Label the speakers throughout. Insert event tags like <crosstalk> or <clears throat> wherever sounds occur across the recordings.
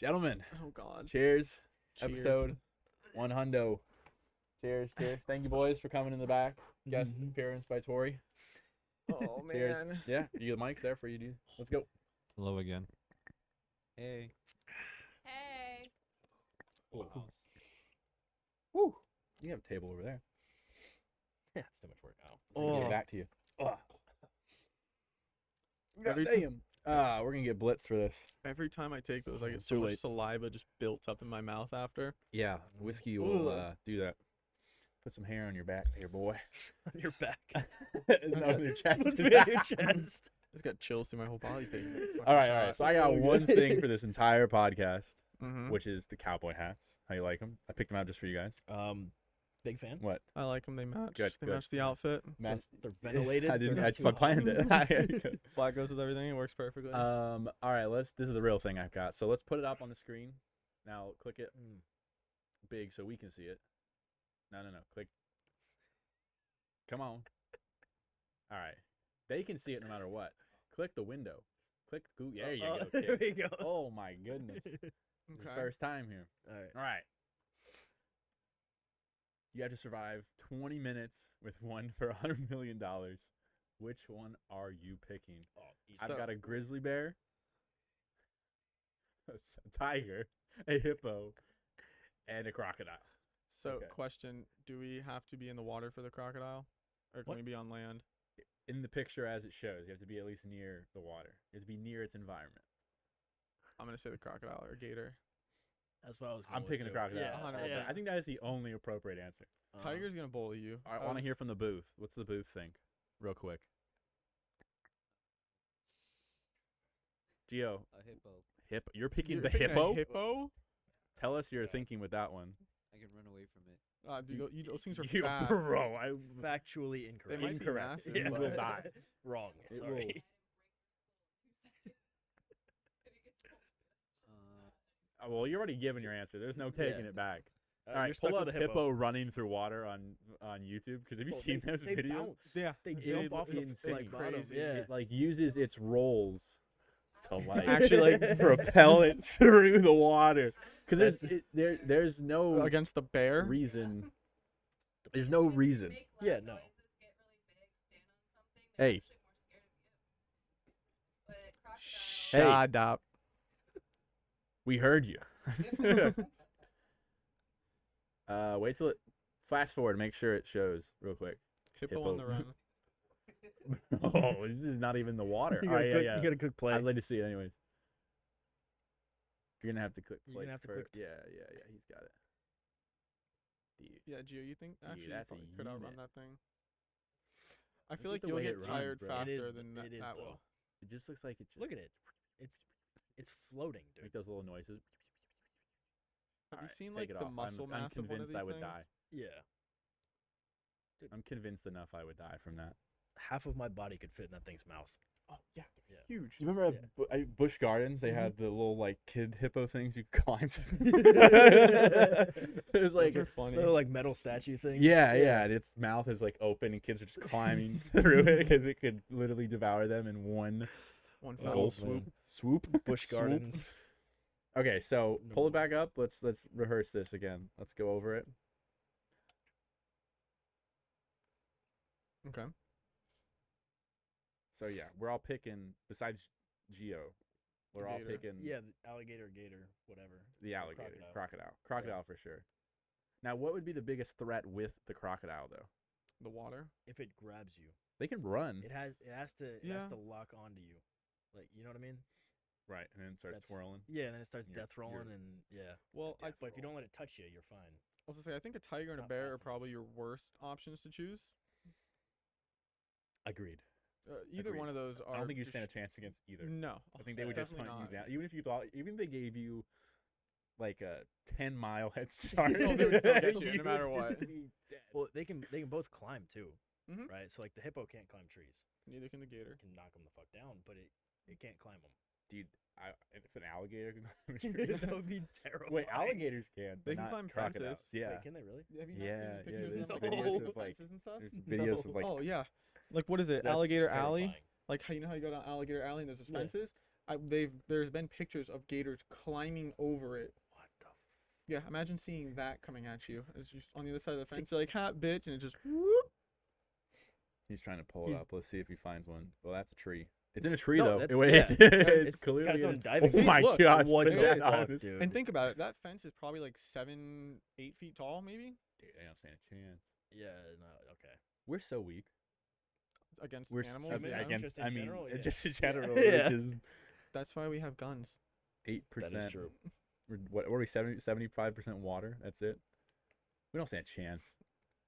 Speaker 1: Gentlemen,
Speaker 2: Oh God.
Speaker 1: cheers.
Speaker 2: Cheers.
Speaker 1: Episode one hundo. Cheers, cheers. Thank you, boys, for coming in the back. Guest
Speaker 3: Mhm.
Speaker 1: appearance by Tori.
Speaker 2: Oh man.
Speaker 1: <laughs> Cheers. Yeah, you the mic's there for you, dude. Let's go.
Speaker 3: Hello again. Hey.
Speaker 4: Hey.
Speaker 1: Woo. You have a table over there.
Speaker 3: That's too much work now.
Speaker 1: So we can get
Speaker 2: Oh.
Speaker 1: it back to you.
Speaker 2: Every
Speaker 1: God
Speaker 2: ti-
Speaker 1: damn. Ah, we're gonna get blitzed for this.
Speaker 2: Every time I take those, I get
Speaker 1: It's
Speaker 2: so
Speaker 1: too
Speaker 2: much
Speaker 1: late.
Speaker 2: saliva just built up in my mouth after.
Speaker 1: Yeah, whiskey will
Speaker 2: Ooh.
Speaker 1: uh, do that. Put some hair on your back, there, <laughs> boy.
Speaker 2: Your back.
Speaker 1: <laughs> it's not on your chest.
Speaker 2: chest. I just got chills through my whole body. Taking
Speaker 1: <laughs> all right, all right. So I <laughs> got
Speaker 3: Oh,
Speaker 1: one
Speaker 3: God.
Speaker 1: thing for this entire podcast,
Speaker 3: Mm-hmm.
Speaker 2: hmm
Speaker 1: which is the cowboy hats. How you like them? I picked them out just for you guys.
Speaker 3: Um, big fan.
Speaker 1: What?
Speaker 2: I like them. They match.
Speaker 1: Good,
Speaker 2: they
Speaker 1: good.
Speaker 2: match the outfit.
Speaker 3: They're,
Speaker 1: Match-
Speaker 3: they're <laughs>
Speaker 1: <laughs>
Speaker 3: ventilated.
Speaker 1: I
Speaker 3: they're
Speaker 1: didn't.
Speaker 3: not
Speaker 1: I,
Speaker 3: too
Speaker 1: I planned
Speaker 3: hot.
Speaker 1: it. <laughs>
Speaker 3: <laughs>
Speaker 1: I-
Speaker 2: Black goes with everything. It works perfectly.
Speaker 1: Um. All right. Let's. This is the real thing I've got. So let's put it up on the screen. Now click it Hmm.
Speaker 3: Mm.
Speaker 1: big so we can see it. No, no, no. Click. Come on. All right. They can see it no matter what. Click the window. Click. Goo- there you
Speaker 3: <laughs> Uh-oh,
Speaker 1: go.
Speaker 3: There
Speaker 1: Kid.
Speaker 3: we go.
Speaker 1: Oh my
Speaker 3: <laughs>
Speaker 1: goodness. This is
Speaker 2: Okay.
Speaker 1: First time here.
Speaker 3: All right.
Speaker 1: All right. You have to survive 20 minutes with one <laughs> for a $100 million. Which one are you picking?
Speaker 3: Oh,
Speaker 1: I've
Speaker 2: So-
Speaker 1: got a grizzly bear, <laughs> a s- a tiger, a hippo, and a crocodile.
Speaker 2: So,
Speaker 1: Okay.
Speaker 2: question: Do we have to be in the water for the crocodile, or can
Speaker 1: What?
Speaker 2: we be on land?
Speaker 1: In the picture as it shows, you have to be at least near the water. You have to be near its environment.
Speaker 2: I'm gonna say the crocodile or gator.
Speaker 3: That's what I was.
Speaker 1: I'm
Speaker 3: going
Speaker 1: picking the
Speaker 3: with, too.
Speaker 1: crocodile.
Speaker 3: Yeah,
Speaker 2: 100%.
Speaker 1: I think that is the only appropriate answer.
Speaker 3: yeah.
Speaker 2: Tiger's gonna bully you.
Speaker 1: Uh, I
Speaker 2: I
Speaker 1: want to
Speaker 2: was- <laughs>
Speaker 1: hear from the booth. What's the booth think, real quick? Geo,
Speaker 5: A hippo.
Speaker 1: hip, you're picking
Speaker 2: You're
Speaker 1: the
Speaker 2: picking a
Speaker 1: hippo.
Speaker 2: Hippo?
Speaker 1: Tell us your thinking with that one.
Speaker 5: I can run away from it.
Speaker 2: Ah, dude, tho- you- those things are
Speaker 1: You- <laughs>
Speaker 2: fast.
Speaker 1: bro. I,
Speaker 3: Um, factually incorrect.
Speaker 2: might be
Speaker 1: incorrect.
Speaker 2: massive,
Speaker 1: it will <laughs>
Speaker 2: but-
Speaker 3: <laughs>
Speaker 1: die.
Speaker 3: Wrong.
Speaker 1: It
Speaker 3: <laughs>
Speaker 1: will.
Speaker 3: Sorry.
Speaker 5: Uh,
Speaker 1: Oh, well, you're already given your answer. There's no
Speaker 3: Yeah.
Speaker 1: taking it back.
Speaker 3: Uh,
Speaker 1: All
Speaker 3: you're
Speaker 1: right,
Speaker 3: stuck
Speaker 1: pull
Speaker 3: with
Speaker 1: up
Speaker 3: a
Speaker 1: hippo. running through water on on YouTube because have you
Speaker 3: Oh,
Speaker 1: seen
Speaker 3: they-
Speaker 1: those
Speaker 3: they
Speaker 1: videos?
Speaker 3: bounce.
Speaker 2: Yeah.
Speaker 3: They
Speaker 1: It's
Speaker 3: jump off the
Speaker 1: insane.
Speaker 3: like bottom.
Speaker 2: Crazy.
Speaker 3: Yeah.
Speaker 1: It like uses its rolls
Speaker 3: <laughs>
Speaker 1: to <laughs> like
Speaker 2: actually,
Speaker 3: like,
Speaker 1: propel
Speaker 2: <laughs>
Speaker 1: it through the water because
Speaker 3: That's-
Speaker 1: there's it, there there's no
Speaker 2: Against the bear.
Speaker 1: reason. There's no reason.
Speaker 3: Yeah, no.
Speaker 1: Hey. Hey.
Speaker 2: Shut up.
Speaker 1: We heard
Speaker 2: <laughs>
Speaker 1: you. uh, wait till it. Fast forward. and Make sure it shows real quick.
Speaker 2: Hippo,
Speaker 1: Hippo.
Speaker 2: on
Speaker 1: <laughs>
Speaker 2: the run.
Speaker 1: oh, this is not even the <laughs> water.
Speaker 3: You
Speaker 1: Oh,
Speaker 3: got, a
Speaker 1: yeah,
Speaker 3: good,
Speaker 1: yeah.
Speaker 3: you got a good play.
Speaker 1: I'd like to see it anyways. You're gonna have to click.
Speaker 3: You're
Speaker 1: play
Speaker 3: gonna have to
Speaker 1: fir-
Speaker 3: click-
Speaker 1: Yeah, yeah, yeah. He's got it. Dude,
Speaker 2: Yeah, Gio, you think
Speaker 1: Dude,
Speaker 2: actually you
Speaker 1: that's a
Speaker 2: probably could
Speaker 1: unit.
Speaker 2: outrun that thing? I feel
Speaker 1: at
Speaker 2: like
Speaker 1: the
Speaker 2: you'll
Speaker 1: way
Speaker 2: get
Speaker 1: it runs,
Speaker 2: tired
Speaker 1: bro. It
Speaker 2: faster
Speaker 3: is-
Speaker 2: than
Speaker 3: it
Speaker 2: that,
Speaker 3: is,
Speaker 2: that
Speaker 3: though.
Speaker 2: will.
Speaker 1: it just looks like it just
Speaker 3: Look at it. It's it's floating, dude.
Speaker 1: Make those little noises.
Speaker 2: Have you
Speaker 1: Alright,
Speaker 2: seen
Speaker 1: take
Speaker 2: like
Speaker 1: it
Speaker 2: the
Speaker 1: off. I'm-
Speaker 2: muscle
Speaker 1: I'm,
Speaker 2: mass of one of
Speaker 1: convinced
Speaker 2: these
Speaker 1: I would
Speaker 2: things? <laughs>
Speaker 1: die.
Speaker 3: Yeah.
Speaker 1: I'm convinced enough I would die from that.
Speaker 3: Half of my body could fit in that thing's mouth.
Speaker 1: Oh yeah,
Speaker 3: Yeah.
Speaker 1: huge. You remember
Speaker 3: Yeah.
Speaker 1: at Bu- at Bush Gardens? They
Speaker 3: Mhm.
Speaker 1: had the little like kid hippo things you
Speaker 3: <laughs>
Speaker 1: climb. There's
Speaker 2: Those
Speaker 1: like,
Speaker 2: are funny.
Speaker 3: Little like metal statue thing.
Speaker 1: yeah, yeah, and its mouth is like open, and kids are just climbing <laughs> through it because it could literally devour them in one
Speaker 2: <laughs> One
Speaker 3: Oh,
Speaker 2: foul
Speaker 3: man.
Speaker 2: swoop.
Speaker 1: swoop.
Speaker 3: Bush
Speaker 1: <laughs> Swoop.
Speaker 3: gardens.
Speaker 1: Okay, so pull it
Speaker 3: No.
Speaker 1: back up. Let's let's rehearse this again. Let's go over it.
Speaker 2: Okay.
Speaker 1: So yeah, we're all picking besides Geo. We're all
Speaker 2: Gator.
Speaker 1: picking
Speaker 3: Yeah, the alligator, gator, whatever.
Speaker 1: Mm. the
Speaker 3: or
Speaker 1: alligator, crocodile. crocodile,
Speaker 3: crocodile.
Speaker 1: for sure. Now, what would be the biggest threat with the crocodile though?
Speaker 2: The water.
Speaker 3: If it grabs you,
Speaker 1: They can run,
Speaker 3: it has it has to it
Speaker 2: Yeah.
Speaker 3: has to lock onto you, like you know what I mean?
Speaker 1: right, and then it starts
Speaker 3: That's-
Speaker 1: swirling.
Speaker 3: Yeah, and then it starts
Speaker 1: You're-
Speaker 3: death rolling,
Speaker 1: you're-
Speaker 3: and yeah.
Speaker 2: Well, I
Speaker 3: But if you don't let it touch you, you're fine.
Speaker 2: also say I think a tiger and a
Speaker 3: not
Speaker 2: bear are
Speaker 3: fast enough.
Speaker 2: probably your worst options to choose.
Speaker 1: Agreed.
Speaker 2: Uh, either
Speaker 1: Agreed.
Speaker 2: one of those are.
Speaker 1: I don't think you
Speaker 2: just-
Speaker 1: stand a chance against either.
Speaker 2: No.
Speaker 1: I think they
Speaker 2: <laughs>
Speaker 1: would just hunt
Speaker 2: definitely
Speaker 1: you
Speaker 2: not.
Speaker 1: down, even if you thought, even if they gave you like a ten mile
Speaker 2: <laughs>
Speaker 1: head start.
Speaker 2: they would
Speaker 1: <laughs>
Speaker 2: come get you, no
Speaker 1: would
Speaker 2: matter
Speaker 1: just <laughs>
Speaker 2: what.
Speaker 1: be dead.
Speaker 3: Well, they can they can both climb too,
Speaker 2: Mhm.
Speaker 3: right? So like the hippo can't climb trees,
Speaker 2: Neither can the gator.
Speaker 3: it can knock them the fuck down, but it it can't climb <laughs> them.
Speaker 1: dude, I, if an alligator can
Speaker 2: <laughs>
Speaker 1: climb a
Speaker 3: that
Speaker 1: tree,
Speaker 3: would be terrible.
Speaker 1: <laughs> wait, alligators can, but
Speaker 2: They can
Speaker 1: not
Speaker 2: climb fences.
Speaker 1: crocodiles. Yeah,
Speaker 3: can they really?
Speaker 2: Have you
Speaker 1: Yeah, yeah,
Speaker 2: not seen the
Speaker 1: there's videos
Speaker 2: pictures of them climbing
Speaker 1: of, like-
Speaker 2: fences and stuff?
Speaker 1: there's
Speaker 2: <laughs>
Speaker 1: videos of
Speaker 3: No.
Speaker 1: like
Speaker 2: oh yeah, like what is it?
Speaker 1: That's
Speaker 2: Alligator Alley.
Speaker 3: Terrifying.
Speaker 2: Like how you know how you go down Alligator Alley and there's those
Speaker 3: Yeah.
Speaker 2: fences. I, they've there's been pictures of gators climbing over it.
Speaker 3: What the? F-
Speaker 2: Yeah, imagine seeing that coming at you. It's just on the other side of the fence. You're like, "Ha, bitch!" And it just whoop.
Speaker 1: He's trying to pull it
Speaker 2: He's-
Speaker 1: up. Let's see if he finds one. Well, that's a tree. It's in a tree
Speaker 3: No,
Speaker 1: though.
Speaker 3: that's-
Speaker 1: It- <laughs> wait,
Speaker 3: yeah.
Speaker 1: it's,
Speaker 3: it's
Speaker 1: it's
Speaker 3: got
Speaker 1: clearly.
Speaker 3: its
Speaker 1: in
Speaker 2: <laughs>
Speaker 3: own
Speaker 1: a- <laughs>
Speaker 3: diving
Speaker 1: Oh
Speaker 3: thing.
Speaker 1: my
Speaker 2: Look,
Speaker 1: gosh!
Speaker 3: what
Speaker 2: the
Speaker 1: banana
Speaker 3: fuck,
Speaker 1: is-
Speaker 3: dude?
Speaker 2: And think about it. That fence is probably like seven, eight feet tall, maybe
Speaker 1: Dude, I don't stand a chance.
Speaker 3: yeah. No. Okay.
Speaker 1: We're so weak.
Speaker 2: against
Speaker 1: We're
Speaker 2: animals.
Speaker 1: I mean, <laughs>
Speaker 2: yeah.
Speaker 1: against.
Speaker 3: Just in
Speaker 1: I mean, <laughs>
Speaker 3: general,
Speaker 1: uh,
Speaker 3: yeah.
Speaker 2: <laughs>
Speaker 1: just in general.
Speaker 3: Yeah.
Speaker 2: That's why we have guns.
Speaker 1: Eight percent.
Speaker 3: That is true.
Speaker 1: We're, what what are we? 75 percent water. That's it. We don't stand a chance.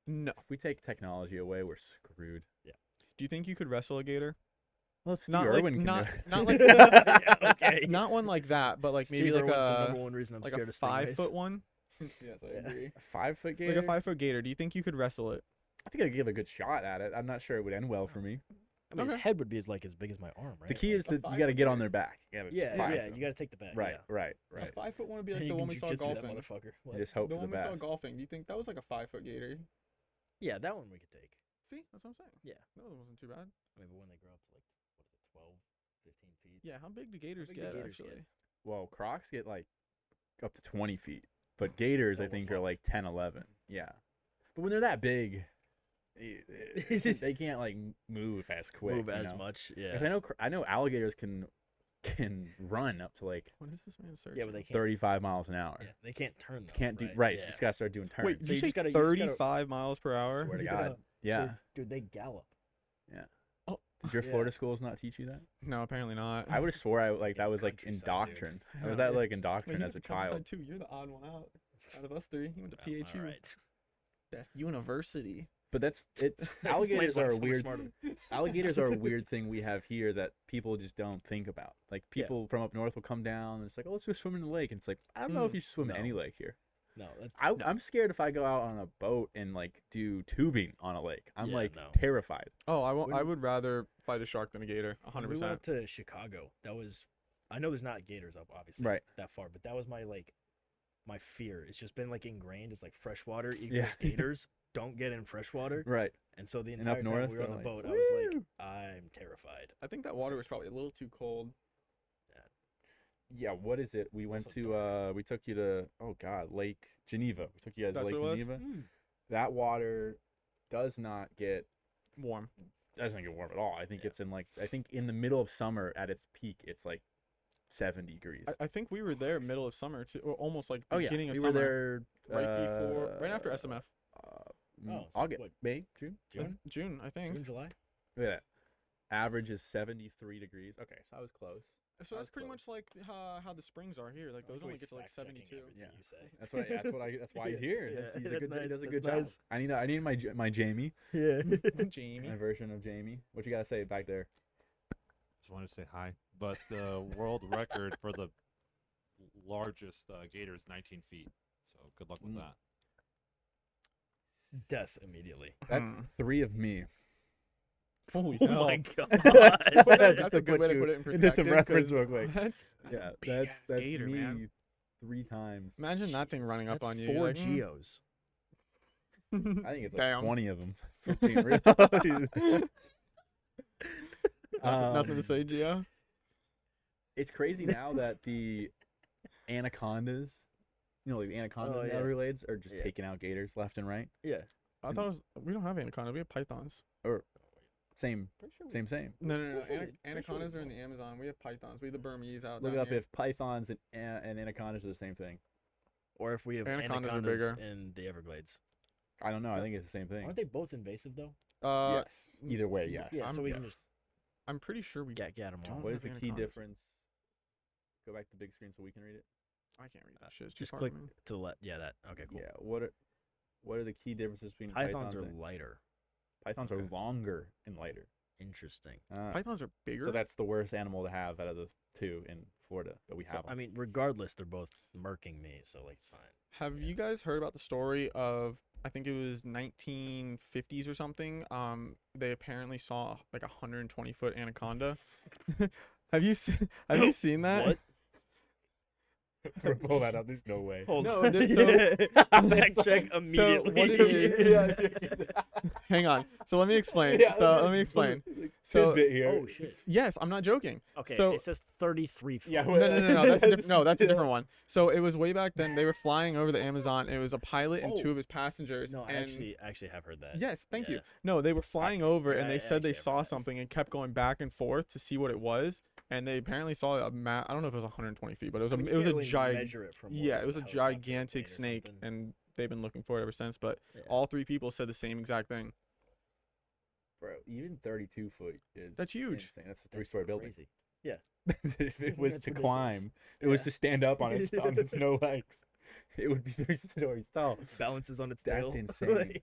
Speaker 2: No.
Speaker 1: If we take technology away, we're screwed.
Speaker 2: Do you think you could wrestle a gator?
Speaker 1: Well, if Steve
Speaker 2: Not like-
Speaker 1: Irwin can
Speaker 2: not-
Speaker 1: do it- <laughs>
Speaker 2: not like-
Speaker 3: Yeah,
Speaker 2: <laughs>
Speaker 3: okay.
Speaker 2: Not one like that, but like maybe
Speaker 3: Steve
Speaker 2: like
Speaker 3: Irwin's the
Speaker 2: a
Speaker 3: number one reason I'm
Speaker 2: like
Speaker 3: scared
Speaker 2: a
Speaker 3: of
Speaker 2: five
Speaker 3: stingrays.
Speaker 2: foot one,
Speaker 1: yes,
Speaker 3: Yeah.
Speaker 1: I agree. Five foot gator.
Speaker 2: like a five foot gator. Do you think you could wrestle it?
Speaker 1: I think I'd give a good shot at it. I'm not sure it would end well for me.
Speaker 3: I mean,
Speaker 2: Okay.
Speaker 3: his head would be as like as big as my arm, right?
Speaker 1: The key
Speaker 3: Like-
Speaker 1: is
Speaker 2: a
Speaker 1: that you
Speaker 2: five
Speaker 1: got to
Speaker 2: foot
Speaker 1: get on
Speaker 2: gator.
Speaker 1: their back. You gotta
Speaker 3: yeah,
Speaker 1: surprise
Speaker 3: yeah.
Speaker 1: them.
Speaker 3: You got to take the back.
Speaker 1: right,
Speaker 3: Yeah.
Speaker 1: right,
Speaker 2: A
Speaker 1: right,
Speaker 2: five foot one would be
Speaker 3: And
Speaker 2: like
Speaker 3: you
Speaker 2: the
Speaker 3: can
Speaker 2: one we saw
Speaker 3: jujitsu that
Speaker 2: golfing.
Speaker 3: motherfucker.
Speaker 1: You
Speaker 3: What?
Speaker 1: just hope
Speaker 2: The
Speaker 1: for the
Speaker 2: one we saw
Speaker 1: best.
Speaker 2: golfing. Do you think that was like a five foot gator?
Speaker 3: Yeah, that one we could take.
Speaker 2: See, that's what I'm saying.
Speaker 3: Yeah.
Speaker 2: that one wasn't too bad.
Speaker 3: I mean, but when they grow up to like what is it, 12, 15 feet?
Speaker 2: Yeah, how big do gators
Speaker 3: big do
Speaker 2: get
Speaker 3: gators get?
Speaker 2: actually?
Speaker 1: Well, Crocs get like up to 20 feet, but Gators
Speaker 3: Oh,
Speaker 1: I
Speaker 3: we're
Speaker 1: think are
Speaker 3: fucked.
Speaker 1: like 10, 11. Yeah, but when they're that big, eh, eh, they can't like m- move as quick.
Speaker 3: move
Speaker 1: you
Speaker 3: as
Speaker 1: know?
Speaker 3: much.
Speaker 1: Because
Speaker 3: Yeah.
Speaker 1: I know cr- I know alligators can can run up to like
Speaker 2: What is this man searching?
Speaker 3: Yeah, but they can't.
Speaker 1: 35 miles an hour.
Speaker 3: yeah, they can't turn.
Speaker 1: You
Speaker 3: Though,
Speaker 1: Can't do right.
Speaker 3: Yeah.
Speaker 1: You just gotta start doing turns.
Speaker 2: Wait,
Speaker 3: So
Speaker 2: did you,
Speaker 3: you
Speaker 2: say
Speaker 3: just gotta- you just gotta-
Speaker 2: thirty-five miles per hour?
Speaker 3: <laughs>
Speaker 1: Swear to
Speaker 3: you
Speaker 1: God.
Speaker 3: gotta-
Speaker 1: yeah.
Speaker 3: Dude, dude, they gallop.
Speaker 1: Did your
Speaker 3: Yeah.
Speaker 1: Florida schools not teach you that?
Speaker 2: No, apparently not.
Speaker 1: I would have swore I like
Speaker 3: In
Speaker 1: that
Speaker 3: the
Speaker 1: was like
Speaker 3: countryside, dude.
Speaker 1: indoctrined.
Speaker 2: I
Speaker 1: I was
Speaker 2: know,
Speaker 1: that
Speaker 2: yeah.
Speaker 1: like
Speaker 2: Wait,
Speaker 1: indoctrined
Speaker 2: you
Speaker 1: as a
Speaker 2: went to countryside
Speaker 1: child.
Speaker 2: too. You're the odd one out. Out of us three, you went <laughs> to
Speaker 3: Well, all
Speaker 2: PHU,
Speaker 1: <laughs>
Speaker 3: right.
Speaker 2: the <laughs> university.
Speaker 1: But that's it.
Speaker 3: That explains
Speaker 1: Alligators
Speaker 3: why I'm
Speaker 1: are a
Speaker 3: so much
Speaker 1: weird.
Speaker 3: smarter.
Speaker 1: Alligators are a weird thing we have here that people just don't think about. Like
Speaker 3: Yeah.
Speaker 1: people from up north will come down and it's like, oh, let's go swim in the lake. And it's like, I don't know if
Speaker 2: Mm.
Speaker 1: you should swim in any
Speaker 3: No.
Speaker 1: lake here.
Speaker 3: No, that's
Speaker 1: I,
Speaker 3: no.
Speaker 1: I'm scared if I go out on a boat and like do tubing on a lake. I'm
Speaker 3: Yeah,
Speaker 1: like
Speaker 3: no.
Speaker 1: terrified.
Speaker 2: Oh, I won't. I
Speaker 3: Wouldn't-
Speaker 2: would rather fight a shark than a gator. a
Speaker 3: When
Speaker 2: hundred
Speaker 3: We went
Speaker 2: percent.
Speaker 3: up to Chicago. That was, I know there's not gators up obviously
Speaker 1: Right.
Speaker 3: that far, but that was my like, my fear. It's just been like ingrained. It's like freshwater equals
Speaker 1: <laughs> Yeah.
Speaker 3: gators. Don't get
Speaker 1: <laughs>
Speaker 3: in freshwater.
Speaker 1: Right.
Speaker 3: And so the
Speaker 1: And up
Speaker 3: entire time
Speaker 1: north,
Speaker 3: we were on the
Speaker 1: they're like,
Speaker 3: boat, I was
Speaker 1: "Woo."
Speaker 3: like, I'm terrified.
Speaker 2: I think that water was probably a little too cold.
Speaker 1: Yeah. What is it? We went
Speaker 3: also
Speaker 1: to. uh We took you to. Oh God, Lake Geneva. We took you guys to
Speaker 2: That's
Speaker 1: Lake
Speaker 2: what it was?
Speaker 1: Geneva. That water does not get
Speaker 2: Warm.
Speaker 1: doesn't get warm at all. I think
Speaker 3: Yeah.
Speaker 1: it's in like I think in the middle of summer at its peak, it's like seventy degrees.
Speaker 2: I, I think we were there middle of summer too, or almost like
Speaker 1: oh yeah,
Speaker 2: beginning of
Speaker 1: we
Speaker 2: summer.
Speaker 1: were there
Speaker 2: right before, right after
Speaker 1: uh,
Speaker 2: SMF,
Speaker 1: uh, mm,
Speaker 3: Oh, so
Speaker 1: August,
Speaker 3: what,
Speaker 1: May, June.
Speaker 2: Uh,
Speaker 3: June,
Speaker 2: June, I think.
Speaker 1: eh.
Speaker 3: June, July.
Speaker 1: Look at that. Average is seventy three degrees. Okay, so I was close.
Speaker 2: So
Speaker 1: I
Speaker 2: that's
Speaker 1: was
Speaker 2: pretty
Speaker 1: close.
Speaker 2: much like how, how the springs are here. Like
Speaker 3: I
Speaker 2: those
Speaker 3: like
Speaker 2: only
Speaker 3: always
Speaker 2: get to like
Speaker 3: fact-checking
Speaker 2: seventy-two.
Speaker 3: everything
Speaker 1: Yeah.
Speaker 3: you say.
Speaker 1: <laughs> That's what. I, that's
Speaker 3: <laughs>
Speaker 1: what I. That's why
Speaker 2: <laughs>
Speaker 1: he's
Speaker 3: Yeah,
Speaker 1: here.
Speaker 3: yeah,
Speaker 1: That's, he's a
Speaker 3: that's
Speaker 1: good. he
Speaker 3: nice,
Speaker 1: does a
Speaker 3: that's
Speaker 1: good job.
Speaker 3: nice.
Speaker 1: I need. A, I need my J- my Jamie. <laughs>
Speaker 3: Yeah.
Speaker 2: <laughs> Jamie.
Speaker 1: My version of Jamie. What you gotta say back there?
Speaker 5: Just wanted to say hi. But the world record for the largest uh, gator is 19 feet. So good luck with
Speaker 1: Mm.
Speaker 5: that.
Speaker 3: Death
Speaker 1: <laughs>
Speaker 3: immediately.
Speaker 1: That's
Speaker 2: Hmm.
Speaker 1: three of me.
Speaker 2: Holy
Speaker 3: Oh <laughs>
Speaker 1: <laughs>
Speaker 3: my
Speaker 1: That's
Speaker 3: god.
Speaker 2: that's
Speaker 1: to
Speaker 2: a good
Speaker 1: put
Speaker 2: way to
Speaker 1: you
Speaker 2: put it in
Speaker 1: in
Speaker 2: perspective.
Speaker 1: this some reference
Speaker 2: 'cause
Speaker 1: real quick.
Speaker 2: <laughs> That's, that's
Speaker 1: yeah,
Speaker 2: a big
Speaker 1: that's
Speaker 2: ass
Speaker 1: that's
Speaker 2: gator,
Speaker 1: me
Speaker 2: man.
Speaker 1: three times.
Speaker 2: Imagine that thing
Speaker 3: Jesus,
Speaker 2: running up
Speaker 3: that's
Speaker 2: on you.
Speaker 3: Four
Speaker 2: you're like, mm.
Speaker 3: geos.
Speaker 1: I think it's like
Speaker 2: Damn.
Speaker 1: twenty of them.
Speaker 2: <laughs>
Speaker 1: For being real. <laughs> Nothing-
Speaker 2: Nothing- Nothing
Speaker 1: Um,
Speaker 2: to say, Geo.
Speaker 1: It's crazy
Speaker 3: <laughs>
Speaker 1: now that the anacondas, you know, like the anacondas
Speaker 3: Oh,
Speaker 1: and
Speaker 3: yeah.
Speaker 1: Everglades are just
Speaker 3: Yeah.
Speaker 1: taking out gators left and right.
Speaker 3: Yeah.
Speaker 2: I thought it was, we don't have anacondas. We have pythons.
Speaker 1: Same,
Speaker 3: Pretty sure we-
Speaker 1: same, same.
Speaker 2: No, no, no.
Speaker 3: Pretty sure
Speaker 2: ana-
Speaker 3: we- pretty sure we
Speaker 2: anacondas are in
Speaker 3: don't.
Speaker 2: the Amazon. We have pythons. We have the Burmese out
Speaker 1: Look
Speaker 2: down
Speaker 1: up
Speaker 2: here.
Speaker 1: if pythons and an- and anacondas are the same thing.
Speaker 3: Or if we have
Speaker 2: Anacondas
Speaker 3: anacondas,
Speaker 2: are bigger.
Speaker 3: in the Everglades.
Speaker 1: I don't know. I
Speaker 3: So-
Speaker 1: think it's the same thing.
Speaker 3: Aren't they both invasive though?
Speaker 2: Uh,
Speaker 1: yes. Either way, yes.
Speaker 2: yeah,
Speaker 3: Yeah.
Speaker 2: I'm-
Speaker 3: so we can
Speaker 1: yes.
Speaker 3: just
Speaker 2: I'm pretty sure we.
Speaker 3: get get them
Speaker 2: Don't
Speaker 3: all.
Speaker 1: What
Speaker 2: have
Speaker 1: is the key
Speaker 2: anacondas.
Speaker 1: difference? Go back to the big screen so we can read it.
Speaker 2: I can't read
Speaker 3: Uh,
Speaker 2: that shit. It's too
Speaker 3: Just
Speaker 2: far
Speaker 3: click
Speaker 2: from me.
Speaker 3: to the left. Yeah, that. Okay, cool.
Speaker 1: Yeah. What are what are the key differences between
Speaker 3: Pythons,
Speaker 1: pythons
Speaker 3: are
Speaker 1: and-
Speaker 3: lighter.
Speaker 1: Pythons
Speaker 3: Okay.
Speaker 1: are longer and lighter.
Speaker 3: Interesting.
Speaker 1: Ah,
Speaker 2: Pythons are bigger.
Speaker 1: so that's the worst animal to have out of the two in Florida, but we
Speaker 3: So,
Speaker 1: have.
Speaker 3: I
Speaker 1: 'em.
Speaker 3: mean, regardless, they're both murking me, so like it's fine.
Speaker 2: Have
Speaker 3: yeah.
Speaker 2: you guys heard about the story of? I think it was 1950s or something. Um, they apparently saw like a 120
Speaker 1: <laughs>
Speaker 2: foot <laughs> anaconda. have you seen? Have you seen that?
Speaker 3: What? Bro, <laughs> Pull that out. There's no way.
Speaker 6: Hold
Speaker 1: No,
Speaker 6: on.
Speaker 1: th- so- <laughs>
Speaker 6: fact check
Speaker 1: So
Speaker 6: immediately.
Speaker 1: what it <laughs> is? Yeah,
Speaker 2: <laughs> Hang on. So let me explain.
Speaker 1: <laughs> yeah,
Speaker 2: so let
Speaker 1: like,
Speaker 2: me explain.
Speaker 1: like,
Speaker 2: So
Speaker 1: tidbit here.
Speaker 3: Oh shit.
Speaker 2: yes, I'm not joking.
Speaker 6: okay,
Speaker 2: so-
Speaker 6: it says 33 feet.
Speaker 1: Yeah,
Speaker 2: No, no, no, no. That's a diff- no. That's a
Speaker 1: Yeah.
Speaker 2: different one. So it was way back then. They were flying over the Amazon. It was a pilot and two
Speaker 3: Oh.
Speaker 2: of his passengers.
Speaker 3: No, I
Speaker 2: and
Speaker 3: actually I actually have heard that.
Speaker 2: Yes, thank you.
Speaker 3: Yeah.
Speaker 2: No, they were flying over and
Speaker 3: I-
Speaker 2: they
Speaker 3: I
Speaker 2: said they
Speaker 3: actually have
Speaker 2: saw
Speaker 3: that.
Speaker 2: something and kept going back and forth to see what it was. And they apparently saw a ma I don't know if it was 120 feet, but it was a,
Speaker 3: I mean, you
Speaker 2: Um, it was
Speaker 3: can't
Speaker 2: a
Speaker 3: really
Speaker 2: giant.
Speaker 3: measure it from what
Speaker 2: Yeah, it was a
Speaker 3: helicopter or plane
Speaker 2: gigantic
Speaker 3: or
Speaker 2: snake,
Speaker 3: something.
Speaker 2: and they've been looking for it ever since. But
Speaker 3: Yeah.
Speaker 2: all three people said the same exact thing.
Speaker 1: Bro, even 32 foot is
Speaker 2: That's huge.
Speaker 1: insane. That's a three story building.
Speaker 3: crazy.
Speaker 1: <laughs> if it was
Speaker 3: That's
Speaker 1: to
Speaker 3: ridiculous.
Speaker 1: climb, it was
Speaker 3: Yeah.
Speaker 1: to stand up on its on <laughs> its no legs. It would be three stories tall.
Speaker 6: Balances on its
Speaker 1: That's
Speaker 6: tail.
Speaker 1: insane.
Speaker 6: Like,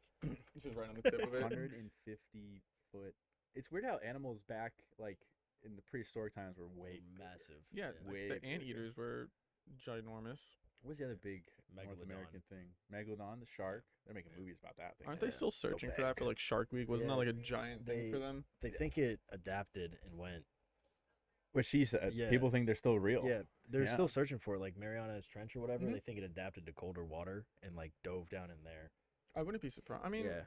Speaker 2: Which is right on the tip of it.
Speaker 1: 150 foot. It's weird how animals back like in the prehistoric times were <laughs> way
Speaker 3: massive.
Speaker 2: Yeah,
Speaker 1: Way
Speaker 2: like the
Speaker 1: bigger.
Speaker 2: anteaters were ginormous.
Speaker 1: What's the other big North
Speaker 3: Megalodon.
Speaker 1: American thing? Megalodon, the shark. They're making movies about that thing.
Speaker 2: Aren't they
Speaker 3: Yeah.
Speaker 2: still searching for that for
Speaker 3: back.
Speaker 2: like Shark Week? Wasn't that
Speaker 3: Yeah,
Speaker 2: like a giant thing for
Speaker 3: they-
Speaker 2: them?
Speaker 3: They think it adapted and went.
Speaker 1: What she said.
Speaker 3: Yeah.
Speaker 1: People think they're still real.
Speaker 3: Yeah, they're
Speaker 1: Yeah.
Speaker 3: still searching for it, like Mariana's Trench or whatever.
Speaker 2: Mhm.
Speaker 3: They think it adapted to colder water and like dove down in there.
Speaker 2: I wouldn't be surprised. I mean,
Speaker 1: S-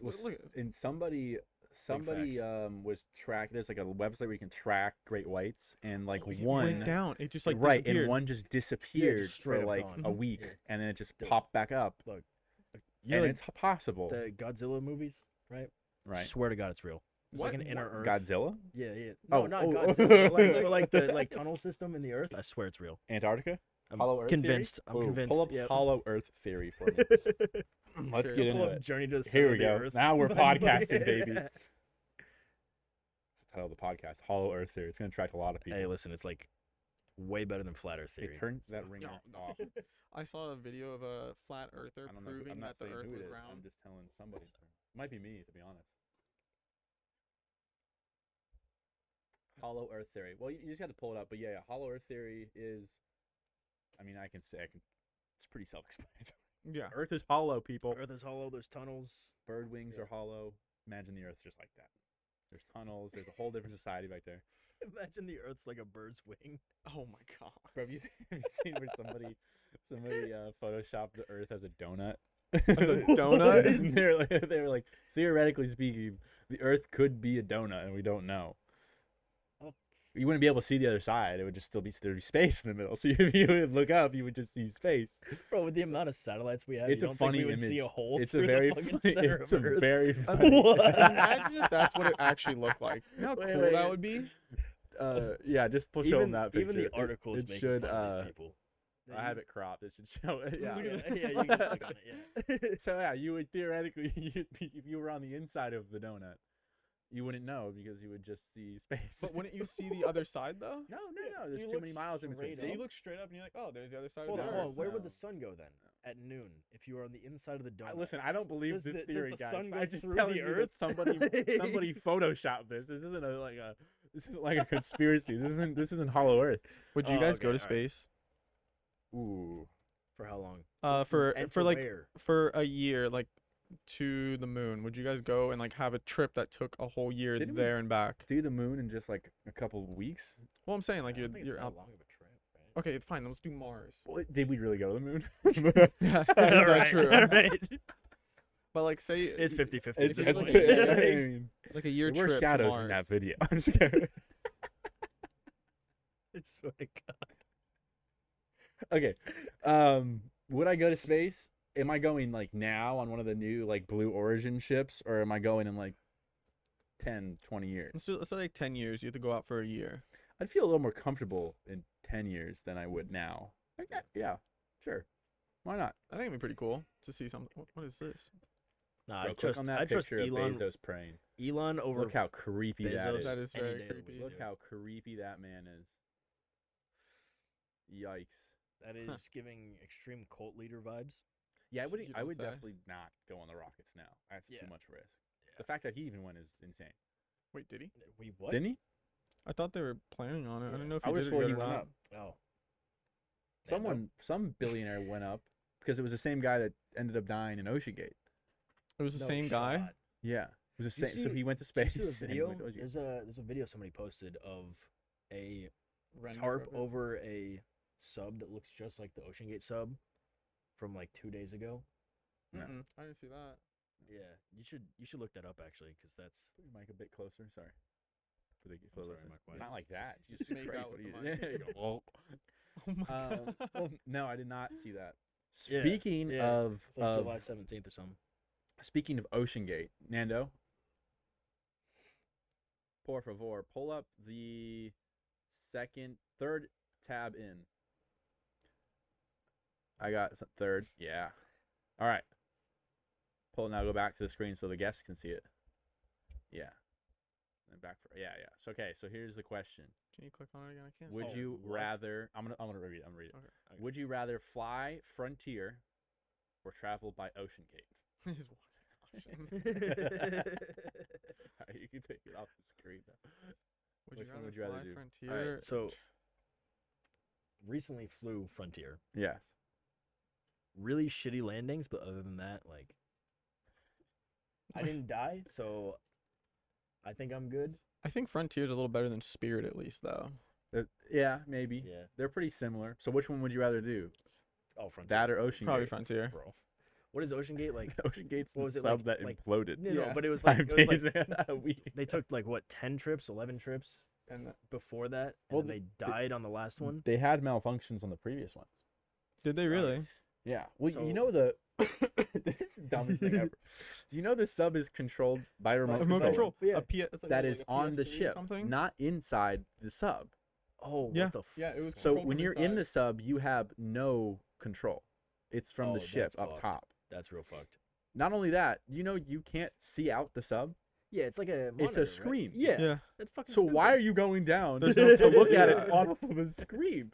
Speaker 1: was-
Speaker 2: look at-
Speaker 1: and somebody somebody
Speaker 3: facts.
Speaker 1: um was track there's like a website where you can track great whites and like
Speaker 3: Oh,
Speaker 2: it
Speaker 1: one
Speaker 2: went down. It just like
Speaker 1: right
Speaker 2: disappeared.
Speaker 1: and one just disappeared
Speaker 3: straight
Speaker 1: for
Speaker 3: up
Speaker 1: like
Speaker 3: gone.
Speaker 1: a
Speaker 3: Mhm.
Speaker 1: week
Speaker 3: Yeah.
Speaker 1: and then it just
Speaker 3: Dude.
Speaker 1: popped back up
Speaker 3: Look, you
Speaker 1: and
Speaker 3: know,
Speaker 1: it's h- possible
Speaker 3: like, the Godzilla movies, right?
Speaker 1: right
Speaker 3: Swear to God, it's real. It's like
Speaker 2: What?
Speaker 3: an inner Earth.
Speaker 1: Godzilla
Speaker 3: Yeah, yeah.
Speaker 1: Oh,
Speaker 3: No, not
Speaker 1: oh,
Speaker 3: Godzilla. but
Speaker 1: <laughs>
Speaker 3: like, but like the like tunnel system in the Earth. I swear it's real.
Speaker 1: Antarctica
Speaker 3: I'm
Speaker 1: Hollow Earth theory?
Speaker 3: convinced. I'm
Speaker 1: Ooh,
Speaker 3: convinced.
Speaker 1: pull up
Speaker 3: yep. <laughs>
Speaker 1: hollow earth theory for me let's
Speaker 2: Sure.
Speaker 1: get into
Speaker 2: Pull up
Speaker 1: it
Speaker 3: Journey to the Center
Speaker 1: here
Speaker 3: of
Speaker 1: we
Speaker 3: the
Speaker 1: go
Speaker 3: Earth.
Speaker 1: now we're
Speaker 3: <laughs> Like-
Speaker 1: podcasting baby it's the title of the podcast hollow earth theory it's going to attract a lot of people
Speaker 3: <laughs> Hey, listen, it's like way better than flat Earth theory.
Speaker 1: hey, turn that <laughs> ringer
Speaker 2: no.
Speaker 1: off
Speaker 2: <laughs> I saw a video of a flat earther
Speaker 1: I don't know who-
Speaker 2: proving
Speaker 1: I'm not
Speaker 2: that the
Speaker 1: saying
Speaker 2: earth
Speaker 1: who it
Speaker 2: was
Speaker 1: is, I'm
Speaker 2: round.
Speaker 1: just telling somebody. Might be me, to be honest. Hollow Earth theory. Well, you, you just have to pull it up, but yeah, yeah, Hollow Earth theory is. I mean, I can say I can. It's pretty
Speaker 2: <laughs>
Speaker 1: self-explanatory. <laughs>
Speaker 2: Yeah.
Speaker 1: Earth is hollow, people.
Speaker 3: Earth is hollow. There's tunnels. <laughs>
Speaker 1: Bird wings
Speaker 3: Yeah.
Speaker 1: are hollow. Imagine the Earth just like that. There's tunnels. There's a whole different society back there.
Speaker 3: Imagine the Earth's like a bird's wing. <laughs>
Speaker 2: Oh my
Speaker 1: <laughs>
Speaker 2: god.
Speaker 1: Bro, have you, se- have you seen where somebody somebody uh, photoshopped the Earth as a donut? <laughs>
Speaker 2: a donut?
Speaker 1: And they, were like, they were like, theoretically speaking, the Earth could be a donut, and we don't know.
Speaker 3: Oh.
Speaker 1: You wouldn't be able to see the other side; it would just still be there'd be space in the middle. <laughs> So if you would look up, you would just see space.
Speaker 3: Bro, with the amount of satellites we have,
Speaker 1: it's
Speaker 3: you
Speaker 1: a
Speaker 3: don't
Speaker 1: funny
Speaker 3: think we would
Speaker 1: image.
Speaker 3: see a hole
Speaker 1: it's
Speaker 3: through
Speaker 1: a very
Speaker 3: the fucking
Speaker 1: funny,
Speaker 3: center
Speaker 1: it's
Speaker 3: of
Speaker 1: a
Speaker 3: Earth. <laughs>
Speaker 1: very
Speaker 3: I
Speaker 1: funny- <laughs>
Speaker 3: mean,
Speaker 2: Imagine if that's what it actually looked like. You know how
Speaker 1: Wait,
Speaker 2: cool
Speaker 1: wait,
Speaker 2: that
Speaker 1: wait.
Speaker 2: would be?
Speaker 1: <laughs> uh, yeah, just push
Speaker 3: even,
Speaker 1: on that picture.
Speaker 3: even the articles
Speaker 1: it, it
Speaker 3: making
Speaker 1: should.
Speaker 3: fun of
Speaker 1: uh,
Speaker 3: these people.
Speaker 1: I have it cropped. It should show <laughs> it. Yeah.
Speaker 3: Yeah, yeah, yeah, you can click on it. Yeah.
Speaker 1: <laughs> so yeah, you would theoretically, <laughs> you'd be, if you were on the inside of the donut, you wouldn't know because you would just see space. <laughs>
Speaker 2: But wouldn't you see the other side though?
Speaker 1: no, no, no.
Speaker 3: you
Speaker 1: There's too
Speaker 3: look
Speaker 1: many miles in between.
Speaker 3: straight
Speaker 2: So
Speaker 1: See,
Speaker 2: you
Speaker 3: up.
Speaker 1: look-
Speaker 2: look straight up and you're like, oh, there's the other side
Speaker 3: Hold
Speaker 2: of
Speaker 3: on,
Speaker 2: the
Speaker 1: No,
Speaker 3: hold on,
Speaker 2: earth.
Speaker 1: it's
Speaker 3: Where would
Speaker 1: not.
Speaker 3: the sun go then? At noon, if you were on the inside of the donut.
Speaker 1: Oh. I- listen, I don't believe
Speaker 3: Does
Speaker 1: this
Speaker 3: the- does
Speaker 1: theory,
Speaker 3: the
Speaker 1: guys.
Speaker 3: sun
Speaker 1: I
Speaker 3: go
Speaker 1: just
Speaker 3: through
Speaker 1: telling
Speaker 3: the
Speaker 1: you
Speaker 3: earth?
Speaker 1: that somebody <laughs> somebody photoshopped this. This isn't a, like a this isn't like a conspiracy. this isn't this isn't Hollow Earth.
Speaker 2: Would you
Speaker 3: Oh,
Speaker 2: guys
Speaker 3: okay,
Speaker 2: go to
Speaker 3: alright.
Speaker 2: space?
Speaker 1: Ooh,
Speaker 3: <laughs> for how long?
Speaker 2: Uh, for
Speaker 3: And
Speaker 2: for
Speaker 3: to
Speaker 2: like
Speaker 3: where?
Speaker 2: for a year, like to the moon. Would you guys go and like have a trip that took a whole year
Speaker 1: Didn't we-
Speaker 2: there and back?
Speaker 1: do the moon in just like a couple weeks.
Speaker 2: Well, I'm saying like
Speaker 3: I
Speaker 2: you're
Speaker 3: don't think it's
Speaker 2: you're
Speaker 3: that
Speaker 2: out.
Speaker 3: long of a trip, right?
Speaker 2: Okay, fine. Let's do Mars.
Speaker 1: <laughs>
Speaker 2: <laughs>
Speaker 1: What- Did we really go to the <laughs> moon?
Speaker 2: Yeah,
Speaker 1: <laughs>
Speaker 3: <laughs>
Speaker 1: All
Speaker 2: that's
Speaker 1: right,
Speaker 2: true.
Speaker 1: all
Speaker 2: But like, say
Speaker 6: It's 50 50.
Speaker 1: <laughs> It's,
Speaker 2: It's
Speaker 1: it's,
Speaker 2: like-
Speaker 1: <laughs> I
Speaker 2: like-
Speaker 3: <laughs>
Speaker 1: mean,
Speaker 2: like a year
Speaker 1: there were
Speaker 2: trip to
Speaker 1: shadows
Speaker 2: Mars.
Speaker 1: in that video. <laughs> I'm just kidding.
Speaker 3: I swear to God.
Speaker 1: okay. Um, would I go to space? Am I going like now on one of the new like Blue Origin ships, or am I going in like 10, 20 years?
Speaker 2: Let's do, let's say like ten years. You have to go out for a year.
Speaker 1: I'd feel a little more comfortable in ten years than I would now. Like, yeah, yeah, sure. Why not?
Speaker 2: I think it'd be pretty cool to see something. What, what is this?
Speaker 1: Bro,
Speaker 3: Nah, I
Speaker 1: click
Speaker 3: trust,
Speaker 1: on that
Speaker 3: I trust
Speaker 1: picture of
Speaker 3: Elon,
Speaker 1: Bezos praying.
Speaker 3: Elon over
Speaker 1: Look how creepy that
Speaker 3: Bezos
Speaker 1: is.
Speaker 2: That is
Speaker 3: any
Speaker 2: very
Speaker 3: day of the
Speaker 2: creepy.
Speaker 3: week,
Speaker 1: Look
Speaker 3: dude.
Speaker 1: how creepy that man is. Yikes.
Speaker 3: That is
Speaker 2: Huh.
Speaker 1: <laughs>
Speaker 3: giving extreme cult leader vibes.
Speaker 1: Yeah, I would.
Speaker 2: You
Speaker 1: I
Speaker 2: don't
Speaker 1: would
Speaker 2: say.
Speaker 1: definitely not go on the Rockets now. That's
Speaker 3: Yeah.
Speaker 1: too much risk. The fact that he even went is insane.
Speaker 2: Wait, did he?
Speaker 3: We what?
Speaker 1: Didn't he?
Speaker 2: I thought they were planning on it. I
Speaker 3: Yeah.
Speaker 2: don't know if
Speaker 1: I
Speaker 2: he
Speaker 1: would have
Speaker 2: did it
Speaker 1: swore
Speaker 2: yet
Speaker 1: he
Speaker 2: or
Speaker 1: went
Speaker 2: not.
Speaker 1: up.
Speaker 3: Oh. Man, nope.
Speaker 1: Someone, some billionaire went up because it was the same guy that ended up dying in Ocean Gate.
Speaker 2: It was the
Speaker 3: No
Speaker 2: same guy.
Speaker 3: shot.
Speaker 1: Yeah, it was the
Speaker 3: You
Speaker 1: same. so
Speaker 3: see-
Speaker 1: he went to
Speaker 3: Did
Speaker 1: space. <laughs>
Speaker 3: you see <laughs> the
Speaker 1: and he
Speaker 3: video?
Speaker 1: went to Ocean Gate.
Speaker 3: There's a there's a video somebody posted of a
Speaker 2: Render
Speaker 3: tarp
Speaker 2: of it.
Speaker 3: over a sub that looks just like the Ocean Gate sub from like two days ago?
Speaker 1: No.
Speaker 2: Mm-mm, I didn't see that.
Speaker 3: Yeah, you should you should look that up actually because that's
Speaker 1: Put your mic a bit closer. Sorry. For the, for
Speaker 5: sorry,
Speaker 1: the
Speaker 5: my
Speaker 1: listeners.
Speaker 5: mic
Speaker 1: Not
Speaker 5: was-
Speaker 1: like that.
Speaker 2: just
Speaker 1: Jesus
Speaker 2: make
Speaker 1: Christ,
Speaker 2: out
Speaker 1: what
Speaker 2: with
Speaker 1: are
Speaker 2: the
Speaker 1: you-
Speaker 2: mic.
Speaker 1: There you go.
Speaker 5: Well,
Speaker 2: <laughs> Oh my
Speaker 1: Um,
Speaker 2: god.
Speaker 1: well, no, I did not see that.
Speaker 3: <laughs> Yeah,
Speaker 1: Speaking
Speaker 3: yeah.
Speaker 1: of,
Speaker 3: it's like
Speaker 1: of-
Speaker 3: July seventeenth or something.
Speaker 1: speaking of Ocean Gate, Nando, por favor, pull up the second, third tab in. I got s- third. Yeah. All right. Pull it now. Go back to the screen so the guests can see it. Yeah. And back for yeah yeah. So okay. So here's the question:
Speaker 2: <laughs> Can you click on it again? I can't.
Speaker 1: Would
Speaker 2: see it.
Speaker 1: you
Speaker 5: what?
Speaker 1: rather? I'm gonna I'm gonna read it. I'm gonna read it.
Speaker 2: Okay. <laughs>
Speaker 1: Would you rather fly Frontier or travel by Ocean Gate?
Speaker 2: He's <laughs>
Speaker 1: <laughs>
Speaker 2: watching. Would
Speaker 1: Alright, you can take it off the screen now. Which
Speaker 2: you
Speaker 1: one
Speaker 2: rather
Speaker 1: would you rather
Speaker 2: fly
Speaker 1: do?
Speaker 2: Frontier? or
Speaker 3: so-
Speaker 2: tr-
Speaker 3: Recently flew Frontier.
Speaker 1: Yes.
Speaker 3: Really shitty landings, but other than that, like <laughs> I didn't die, so I think I'm good.
Speaker 2: I think Frontier's a little better than Spirit, at least though.
Speaker 1: Uh, yeah, maybe.
Speaker 3: Yeah.
Speaker 1: They're pretty similar. So which one would you rather do?
Speaker 3: Oh, Frontier.
Speaker 1: That or Ocean <laughs>
Speaker 2: Probably
Speaker 1: Gate?
Speaker 2: Frontier.
Speaker 3: bro. What is Ocean Gate like?
Speaker 1: Ocean Gate's
Speaker 3: What
Speaker 1: the
Speaker 3: was it,
Speaker 1: sub
Speaker 3: like-
Speaker 1: that
Speaker 3: like-
Speaker 1: imploded.
Speaker 3: No,
Speaker 2: Yeah.
Speaker 3: no, but it was like,
Speaker 1: Five
Speaker 3: it was like
Speaker 1: days in
Speaker 3: <laughs>
Speaker 1: a week.
Speaker 3: they took like what ten trips, eleven trips
Speaker 2: And th-
Speaker 3: before that, and
Speaker 1: Well,
Speaker 3: then
Speaker 1: th-
Speaker 3: they died on the last <laughs> one.
Speaker 1: They had malfunctions on the previous ones.
Speaker 2: did they really?
Speaker 1: Yeah. Well, you
Speaker 3: So-
Speaker 1: know
Speaker 3: <laughs>
Speaker 1: the this is the dumbest thing ever. Do you know the sub is controlled by remote,
Speaker 2: remote
Speaker 1: control?
Speaker 2: control.
Speaker 3: Yeah.
Speaker 2: A P- it's like,
Speaker 1: That
Speaker 2: what,
Speaker 1: is
Speaker 2: like a
Speaker 1: on the
Speaker 2: PS3 or
Speaker 1: ship,
Speaker 2: Something?
Speaker 1: not inside the sub.
Speaker 3: <laughs> Oh,
Speaker 2: Yeah,
Speaker 3: what the f-
Speaker 2: yeah, it was.
Speaker 1: So
Speaker 2: controlled
Speaker 1: when
Speaker 2: from
Speaker 1: you're in the
Speaker 2: <laughs> inside.
Speaker 1: sub, you have no control. It's from
Speaker 3: Oh,
Speaker 1: the ship
Speaker 3: that's
Speaker 1: up
Speaker 3: fucked.
Speaker 1: top.
Speaker 3: that's real fucked.
Speaker 1: Not only that, you know you can't see out the sub.
Speaker 3: Yeah, it's like a
Speaker 1: It's a
Speaker 3: monitor, right?
Speaker 1: screen.
Speaker 3: Yeah,
Speaker 2: yeah,
Speaker 3: that's fucking.
Speaker 1: So why are
Speaker 3: stupid.
Speaker 1: you going down
Speaker 3: <laughs>
Speaker 2: There's
Speaker 1: <laughs> to
Speaker 2: no
Speaker 1: look at
Speaker 2: <laughs> Yeah.
Speaker 1: it off of a screen?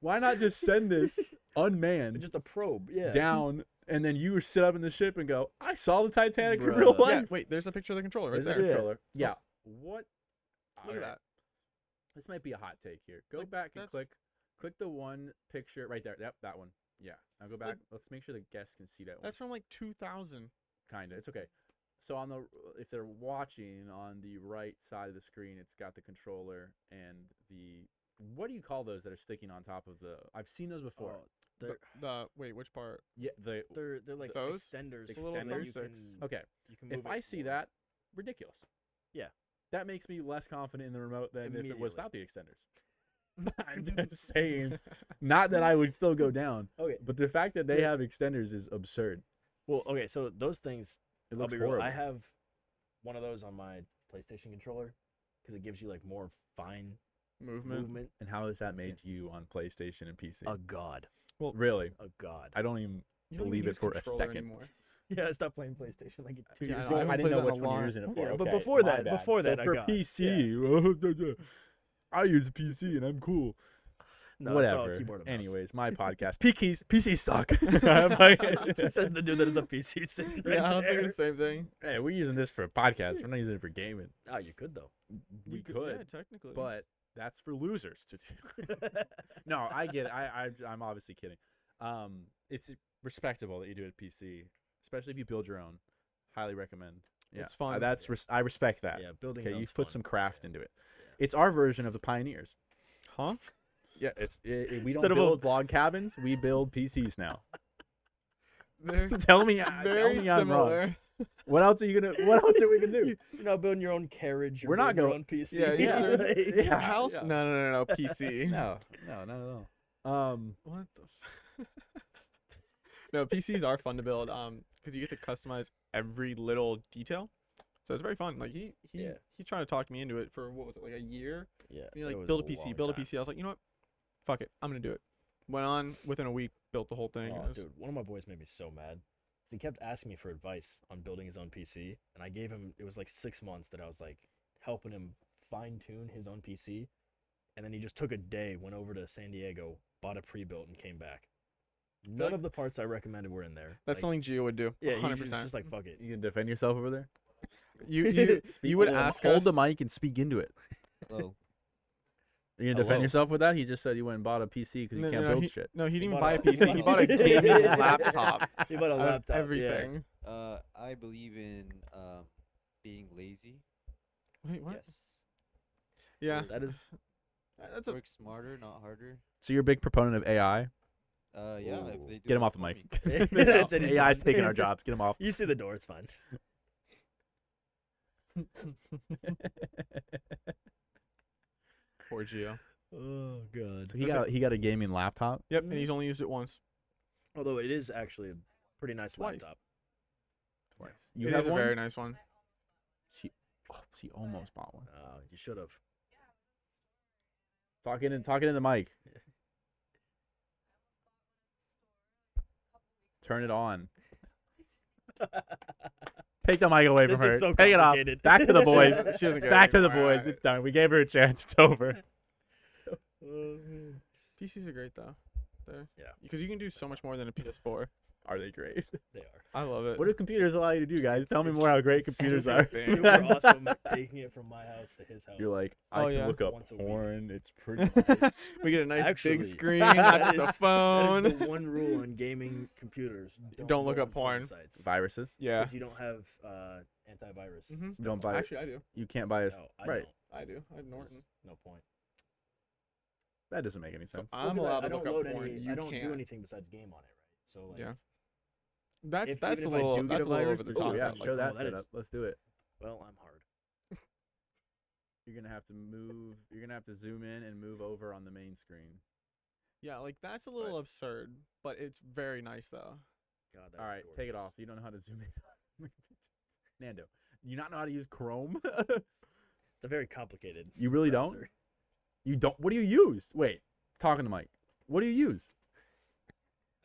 Speaker 1: Why not just send this
Speaker 2: <laughs>
Speaker 1: unmanned
Speaker 3: just a probe? Yeah,
Speaker 1: down and then you sit up in the ship and go, "I saw the Titanic in
Speaker 3: Bruh.
Speaker 1: real
Speaker 3: Yeah,
Speaker 2: yeah.
Speaker 1: life."
Speaker 2: Wait, there's a picture of the controller right
Speaker 1: There's a
Speaker 2: there.
Speaker 1: controller. Yeah. What?
Speaker 2: Look
Speaker 1: Alright.
Speaker 2: at that.
Speaker 1: This might be a hot take here. Go
Speaker 2: Like,
Speaker 1: back and
Speaker 2: that's-
Speaker 1: click, click the one picture right there. Yep, that one. Yeah. Now go back.
Speaker 2: Like-
Speaker 1: Let's make sure the guests can see that. one.
Speaker 2: That's from like 2000.
Speaker 1: kind of it's okay so on the if they're watching on the right side of the screen it's got the controller and the what do you call those that are sticking on top of the i've seen those
Speaker 3: Oh,
Speaker 1: before
Speaker 2: The,
Speaker 3: they're,
Speaker 2: the wait, which part?
Speaker 1: yeah the
Speaker 3: they're they're like
Speaker 2: Those?
Speaker 3: extenders.
Speaker 1: It's a little
Speaker 3: and then you
Speaker 2: thumbsticks.
Speaker 3: can-
Speaker 1: okay
Speaker 3: you can
Speaker 1: if
Speaker 3: move
Speaker 1: i
Speaker 3: it
Speaker 1: see
Speaker 3: more.
Speaker 1: that ridiculous
Speaker 3: Yeah.
Speaker 1: that makes me less confident in the remote than if it
Speaker 3: Immediately.
Speaker 1: was without the extenders <laughs> i'm just saying not that i would
Speaker 3: <laughs>
Speaker 1: still go down
Speaker 3: Okay.
Speaker 1: but the fact that they
Speaker 3: Yeah.
Speaker 1: have extenders is absurd
Speaker 3: Well, okay. So those things.
Speaker 1: it
Speaker 3: I'll
Speaker 1: looks
Speaker 3: be real.
Speaker 1: horrible
Speaker 3: I have one of those on my PlayStation controller because it gives you like more fine
Speaker 2: <laughs> Movement.
Speaker 3: movement.
Speaker 1: and how has that made you on playstation and pc
Speaker 3: A god.
Speaker 1: really
Speaker 3: A god.
Speaker 1: i don't even
Speaker 2: You don't even
Speaker 1: Believe it
Speaker 2: use
Speaker 1: for a
Speaker 2: controller
Speaker 1: second. <laughs>
Speaker 2: Anymore.
Speaker 3: <laughs> Yeah, I stopped playing PlayStation <laughs> like two
Speaker 2: Yeah,
Speaker 3: years
Speaker 1: So
Speaker 2: I know. haven't
Speaker 3: ago.
Speaker 1: I didn't
Speaker 2: played
Speaker 1: know which
Speaker 2: that in a
Speaker 1: one
Speaker 2: long-
Speaker 1: you're using it for.
Speaker 3: Yeah, but
Speaker 1: Okay,
Speaker 3: before
Speaker 1: my
Speaker 3: that-
Speaker 1: bad.
Speaker 3: before
Speaker 1: So
Speaker 3: that I
Speaker 1: for
Speaker 3: got-
Speaker 1: PC, <laughs> I use PC and I'm cool.
Speaker 3: No, it's all
Speaker 1: Whatever.
Speaker 3: keyboard and mouse. <laughs>
Speaker 1: Anyways, my podcast. PCs, PCs suck. <laughs>
Speaker 3: It just says the dude that is a <laughs> PC sitting right
Speaker 2: yeah, I was thinking
Speaker 3: there.
Speaker 2: the same thing.
Speaker 1: hey, we're using this for a podcast. We're not using it for gaming.
Speaker 3: Oh, you could <laughs> though.
Speaker 1: We
Speaker 2: could,
Speaker 1: could,
Speaker 2: yeah, technically.
Speaker 1: but that's for losers to do. <laughs> no, I get. It. I, I I'm obviously kidding. Um, it's respectable that you do it PC, especially if you build your own. Highly recommend. Yeah,
Speaker 2: It's
Speaker 1: I-
Speaker 2: fun.
Speaker 1: that's res- I respect that.
Speaker 3: Yeah, building.
Speaker 1: Okay,
Speaker 3: your
Speaker 1: you
Speaker 3: own's
Speaker 1: put
Speaker 3: fun.
Speaker 1: some craft
Speaker 3: Yeah.
Speaker 1: into it. It's our version of the pioneers.
Speaker 2: huh?
Speaker 1: Yeah, it's it, it- we
Speaker 3: Instead
Speaker 1: don't
Speaker 3: of a-
Speaker 1: build log cabins, we buld PCs now.
Speaker 2: Very,
Speaker 1: <laughs> tell <laughs> me, I-
Speaker 2: <laughs> very
Speaker 1: tell me I'm wrong.
Speaker 2: similar.
Speaker 1: What else are you gonna? What else are we gonna <laughs> do?
Speaker 3: You're not building your own carriage. You're
Speaker 1: We're not
Speaker 3: building your
Speaker 2: Yeah,
Speaker 3: own PC.
Speaker 2: yeah.
Speaker 3: <laughs> Like-
Speaker 1: Yeah,
Speaker 2: House?
Speaker 1: yeah.
Speaker 2: No, no, no, no.
Speaker 1: <laughs>
Speaker 2: PC. <laughs>
Speaker 1: No, no, not at all. Um,
Speaker 2: What the? F- <laughs> no, PCs are fun to build. Um, because you get to customize every little detail, so it's very fun. Like he he
Speaker 3: Yeah.
Speaker 2: he tried to talk me into it for what was it like a year?
Speaker 3: Yeah.
Speaker 2: And he
Speaker 3: it
Speaker 2: like
Speaker 3: was
Speaker 2: build a
Speaker 3: long
Speaker 2: PC, build a
Speaker 3: time.
Speaker 2: PC. I was like, you know what? Fuck it, I'm gonna do it. Went on within a week, built the whole thing. and
Speaker 3: Oh,
Speaker 2: it was-
Speaker 3: dude, one of my boys made me so mad. 'Cause He kept asking me for advice on building his own PC, and I gave him. It was like six months that I was like helping him fine tune his own PC, and then he just took a day, went over to San Diego, bought a pre-built, and came back. None
Speaker 2: like-
Speaker 3: of the parts I recommended were in there.
Speaker 2: That's
Speaker 3: like,
Speaker 2: something Gio would do.
Speaker 3: Yeah, he
Speaker 2: hundred
Speaker 3: was
Speaker 2: percent.
Speaker 3: just like
Speaker 2: <laughs>
Speaker 3: fuck it.
Speaker 1: you can defend yourself over there.
Speaker 2: You
Speaker 3: <laughs>
Speaker 2: you you would
Speaker 1: Hold the-
Speaker 2: ask
Speaker 1: hold
Speaker 2: us.
Speaker 1: the mic and speak into it.
Speaker 5: well,
Speaker 1: You gonna defend
Speaker 5: Hello.
Speaker 1: yourself with that? He just said you went and bought a PC because you
Speaker 2: no,
Speaker 1: can't
Speaker 2: no, no,
Speaker 1: build
Speaker 2: he,
Speaker 1: shit.
Speaker 2: No, he didn't even
Speaker 3: bought
Speaker 2: buy a
Speaker 3: a-
Speaker 2: PC. He bought
Speaker 3: <laughs>
Speaker 2: a gaming laptop.
Speaker 3: He bought <laughs> a
Speaker 2: out of
Speaker 3: laptop. yeah.
Speaker 2: everything.
Speaker 7: Uh, I believe in uh, being lazy.
Speaker 2: Wait, what?
Speaker 7: Yes.
Speaker 2: Yeah. <laughs>
Speaker 3: That is <laughs>
Speaker 2: Uh, That's a
Speaker 7: Work smarter, not harder.
Speaker 1: So you're a big proponent of <laughs> AI.
Speaker 7: Uh, yeah. if
Speaker 5: Ooh.
Speaker 7: they do
Speaker 1: Get him
Speaker 7: it
Speaker 1: off the
Speaker 7: for
Speaker 1: mic.
Speaker 7: me.
Speaker 6: That's it, he's
Speaker 1: AI's
Speaker 6: done.
Speaker 1: taking <laughs> our
Speaker 3: <laughs>
Speaker 1: jobs. Get him off.
Speaker 6: You see the door. It's fine.
Speaker 2: poor Geo.
Speaker 6: Oh god.
Speaker 1: So he got a, he got a gaming laptop.
Speaker 2: Yep,
Speaker 3: Mm.
Speaker 2: and he's only used it once.
Speaker 6: Although it is actually a pretty nice
Speaker 2: Twice.
Speaker 6: laptop.
Speaker 1: Twice.
Speaker 2: It
Speaker 1: You
Speaker 2: is
Speaker 1: have
Speaker 2: a
Speaker 1: one.
Speaker 2: very nice one.
Speaker 1: She, oh, she almost bought one.
Speaker 6: Uh, you should have.
Speaker 1: Talking and talking in the mic. Turn it <laughs> on. Take the mic away from
Speaker 6: This
Speaker 1: her.
Speaker 6: is so
Speaker 1: Take it off.
Speaker 6: complicated.
Speaker 1: Back
Speaker 6: <laughs>
Speaker 1: to the boys.
Speaker 2: She
Speaker 1: <laughs>
Speaker 2: doesn't
Speaker 1: It's
Speaker 2: care
Speaker 1: back to the
Speaker 2: anymore.
Speaker 1: boys.
Speaker 2: I-
Speaker 1: It's done. We gave her a chance. It's over.
Speaker 2: PCs are great though. There.
Speaker 6: Yeah.
Speaker 2: Because you can do so much more than a PS4.
Speaker 1: Are they great?
Speaker 6: They <laughs> are.
Speaker 2: <laughs> I love
Speaker 1: <laughs>
Speaker 2: it.
Speaker 1: What do computers allow you to do, guys? Tell me
Speaker 6: It's-
Speaker 1: more how great
Speaker 6: it's
Speaker 1: computers
Speaker 6: super-
Speaker 1: are.
Speaker 6: Super
Speaker 1: <laughs>
Speaker 6: awesome. Taking it from my house to his house.
Speaker 1: You're like, I
Speaker 2: Oh,
Speaker 1: can
Speaker 2: yeah.
Speaker 1: look up
Speaker 6: Once a week.
Speaker 1: porn. It's <laughs> pretty. nice.
Speaker 2: we get a nice
Speaker 6: Actually,
Speaker 1: <laughs>
Speaker 2: big screen,
Speaker 6: that
Speaker 2: not just
Speaker 6: is-
Speaker 2: a
Speaker 6: that
Speaker 2: <laughs> phone.
Speaker 6: is the one rule on gaming computers.
Speaker 2: Don't look up porn.
Speaker 6: sites.
Speaker 1: Viruses.
Speaker 2: yeah.
Speaker 6: Because you don't have uh, antivirus.
Speaker 2: hmm
Speaker 1: You don't buy.
Speaker 2: Actually, I do.
Speaker 1: You can't buy us.
Speaker 6: No, I
Speaker 1: right.
Speaker 6: don't.
Speaker 2: I do. I have
Speaker 6: There's
Speaker 2: Norton.
Speaker 6: No point.
Speaker 1: That doesn't make any sense.
Speaker 2: I'm
Speaker 6: Well, 'cause
Speaker 2: allowed
Speaker 6: I,
Speaker 2: to
Speaker 6: I
Speaker 2: look
Speaker 6: don't
Speaker 2: up
Speaker 6: load
Speaker 2: porn.
Speaker 6: Any,
Speaker 2: you
Speaker 6: I don't
Speaker 2: can't.
Speaker 6: do anything besides game on it, right? So like,
Speaker 2: Yeah. That's
Speaker 6: If-
Speaker 2: that's a
Speaker 6: even if I
Speaker 2: little
Speaker 6: do get
Speaker 2: that's
Speaker 6: a
Speaker 2: a little
Speaker 6: virus,
Speaker 2: over the
Speaker 6: there's
Speaker 2: top.
Speaker 1: Oh
Speaker 6: Awesome.
Speaker 1: yeah,
Speaker 6: Like,
Speaker 1: show
Speaker 6: oh,
Speaker 1: that
Speaker 6: that
Speaker 1: setup.
Speaker 6: is-
Speaker 1: Let's do it.
Speaker 6: well, I'm hard.
Speaker 1: You're gonna have to move. You're gonna have to zoom in and move over on the main screen.
Speaker 2: Yeah, like that's a little absurd, but it's very nice though.
Speaker 6: God, that
Speaker 1: All
Speaker 6: is
Speaker 1: right, take it
Speaker 6: gorgeous.
Speaker 1: off. You don't know how to zoom <laughs> in. Nando, you not know how to use Chrome? <laughs>
Speaker 6: It's a very complicated.
Speaker 1: You really don't?
Speaker 6: browser.
Speaker 1: you don't. What do you use? Wait, talking to Mike. What do you use?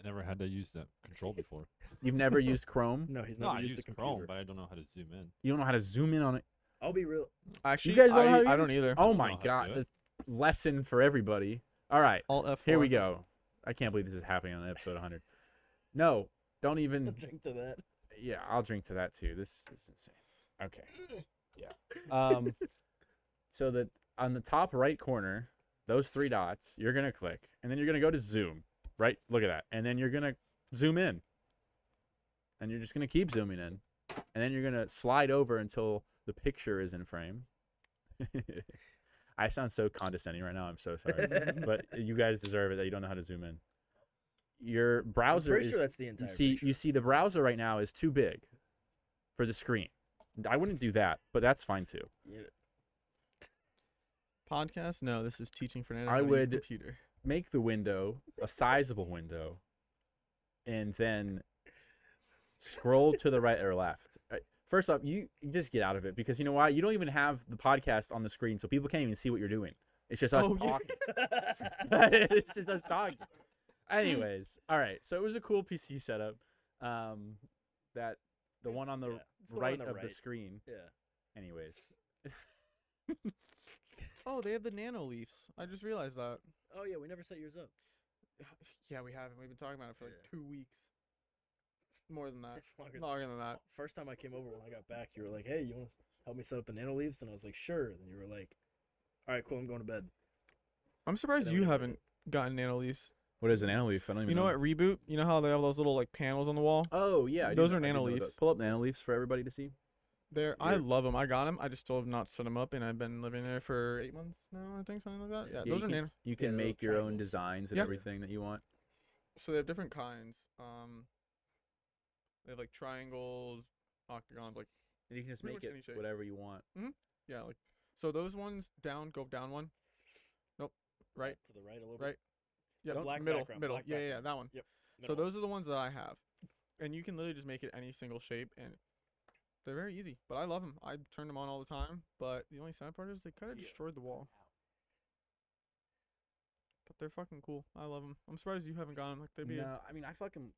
Speaker 5: I never had to use that control before.
Speaker 1: You've never used Chrome.
Speaker 6: <laughs> No, he's
Speaker 5: no,
Speaker 6: never
Speaker 5: I
Speaker 6: used
Speaker 5: use
Speaker 6: the
Speaker 5: Chrome,
Speaker 6: computer.
Speaker 5: but I don't know how to zoom in.
Speaker 1: You don't know how to zoom in on it.
Speaker 6: I'll be real.
Speaker 2: Actually,
Speaker 1: guys don't know
Speaker 2: I,
Speaker 1: how to
Speaker 2: I
Speaker 1: use-
Speaker 2: don't either.
Speaker 1: Oh
Speaker 5: don't
Speaker 1: my
Speaker 5: know how to
Speaker 1: god,
Speaker 5: do
Speaker 1: the
Speaker 5: it.
Speaker 1: lesson for everybody. All right,
Speaker 2: Alt F.
Speaker 1: here we go. I can't believe this is happening on episode 100. No,
Speaker 6: <laughs>
Speaker 1: don't
Speaker 3: <laughs>
Speaker 1: even.
Speaker 6: Drink to that.
Speaker 1: Yeah, I'll drink to that too. This is insane. Okay.
Speaker 6: <laughs>
Speaker 1: Yeah. Um so that on the top right corner, those three dots, you're going to click and then you're going to go to zoom, right? Look at that. And then you're going to zoom in. And you're just going to keep zooming in. And then you're going to slide over until the picture is in frame. <laughs> I sound so condescending right now. I'm
Speaker 6: <laughs>
Speaker 1: so sorry. but you guys deserve it that you don't know how to zoom in. Your
Speaker 6: I'm
Speaker 1: browser
Speaker 6: pretty
Speaker 1: is
Speaker 6: sure that's the entire.
Speaker 1: you see
Speaker 6: picture.
Speaker 1: you see the browser right now is too big for the screen i wouldn't do that but that's fine too
Speaker 6: Yeah.
Speaker 2: Podcast? No, this is teaching Fernando.
Speaker 1: I
Speaker 2: how to use
Speaker 1: would-
Speaker 2: computer.
Speaker 1: make the window a sizable window and then scroll to the right or left Uh, first up you you just get out of it because you know why you don't even have the podcast on the screen so people can't even see what you're doing it's just us
Speaker 2: Oh, yeah.
Speaker 6: <laughs>
Speaker 1: talking it's just us talking. Anyways, all right. So it was a cool PC setup. Um, that the one on the
Speaker 6: Yeah, it's the one on
Speaker 1: right
Speaker 6: the
Speaker 1: of the
Speaker 6: right.
Speaker 1: screen.
Speaker 6: yeah.
Speaker 1: Anyways,
Speaker 2: Oh, they have the nano leafs. I just realized that.
Speaker 6: Oh yeah, we never set yours up.
Speaker 2: <sighs> Yeah, we haven't. We've been talking about it for like
Speaker 6: Yeah.
Speaker 2: two weeks. More than that.
Speaker 6: It's longer than-
Speaker 2: Longer than that.
Speaker 6: First time I came over when I got back, you were like, "Hey, you want to help me set up the nano leaves?" And I was like, "Sure." And you were like, "All right, cool. I'm going to bed."
Speaker 2: I'm surprised
Speaker 6: then we
Speaker 2: you
Speaker 6: never did.
Speaker 2: haven't gotten nano leafs.
Speaker 1: what is an analeaf? I don't even
Speaker 2: You know what? Reboot. You know how they have those little like panels on the wall?
Speaker 1: Oh yeah, I do
Speaker 2: Those
Speaker 1: know-
Speaker 2: are
Speaker 1: I do know
Speaker 2: Nanoleaf.
Speaker 1: those. Pull up nanoleafs for everybody to see.
Speaker 2: There, I
Speaker 1: They're-
Speaker 2: love them. I got them. I just still have not set them up, and I've been living there for eight months now. I think something like that. Yeah,
Speaker 1: Yeah,
Speaker 2: those
Speaker 1: you
Speaker 2: are
Speaker 1: can-
Speaker 2: nano.
Speaker 1: You
Speaker 6: Yeah,
Speaker 1: can
Speaker 6: the little
Speaker 1: make your own
Speaker 6: triangles.
Speaker 1: designs and
Speaker 2: Yeah.
Speaker 1: everything that you want.
Speaker 2: So they have different kinds. Um, they have like triangles, octagons, like
Speaker 1: And you can just
Speaker 2: Pretty
Speaker 1: make
Speaker 2: much
Speaker 1: it
Speaker 2: any shape.
Speaker 1: whatever you want.
Speaker 2: yeah, like so those ones down go down one. Nope, right,
Speaker 6: to the right a little
Speaker 2: Right.
Speaker 6: bit.
Speaker 2: yeah,
Speaker 6: Don't- black
Speaker 2: middle,
Speaker 6: background,
Speaker 2: middle,
Speaker 6: black
Speaker 2: yeah, yeah, yeah,
Speaker 6: background.
Speaker 2: that one. So
Speaker 6: Middle.
Speaker 2: those are the ones that I have, and you can literally just make it any single shape, and they're very easy. But I love them. I turn them on all the time. But the only sad part is they kind of destroyed the wall. But they're fucking cool. I love them. I'm surprised you haven't gotten 'em. Like they'd be. a-
Speaker 1: No, I mean I fucking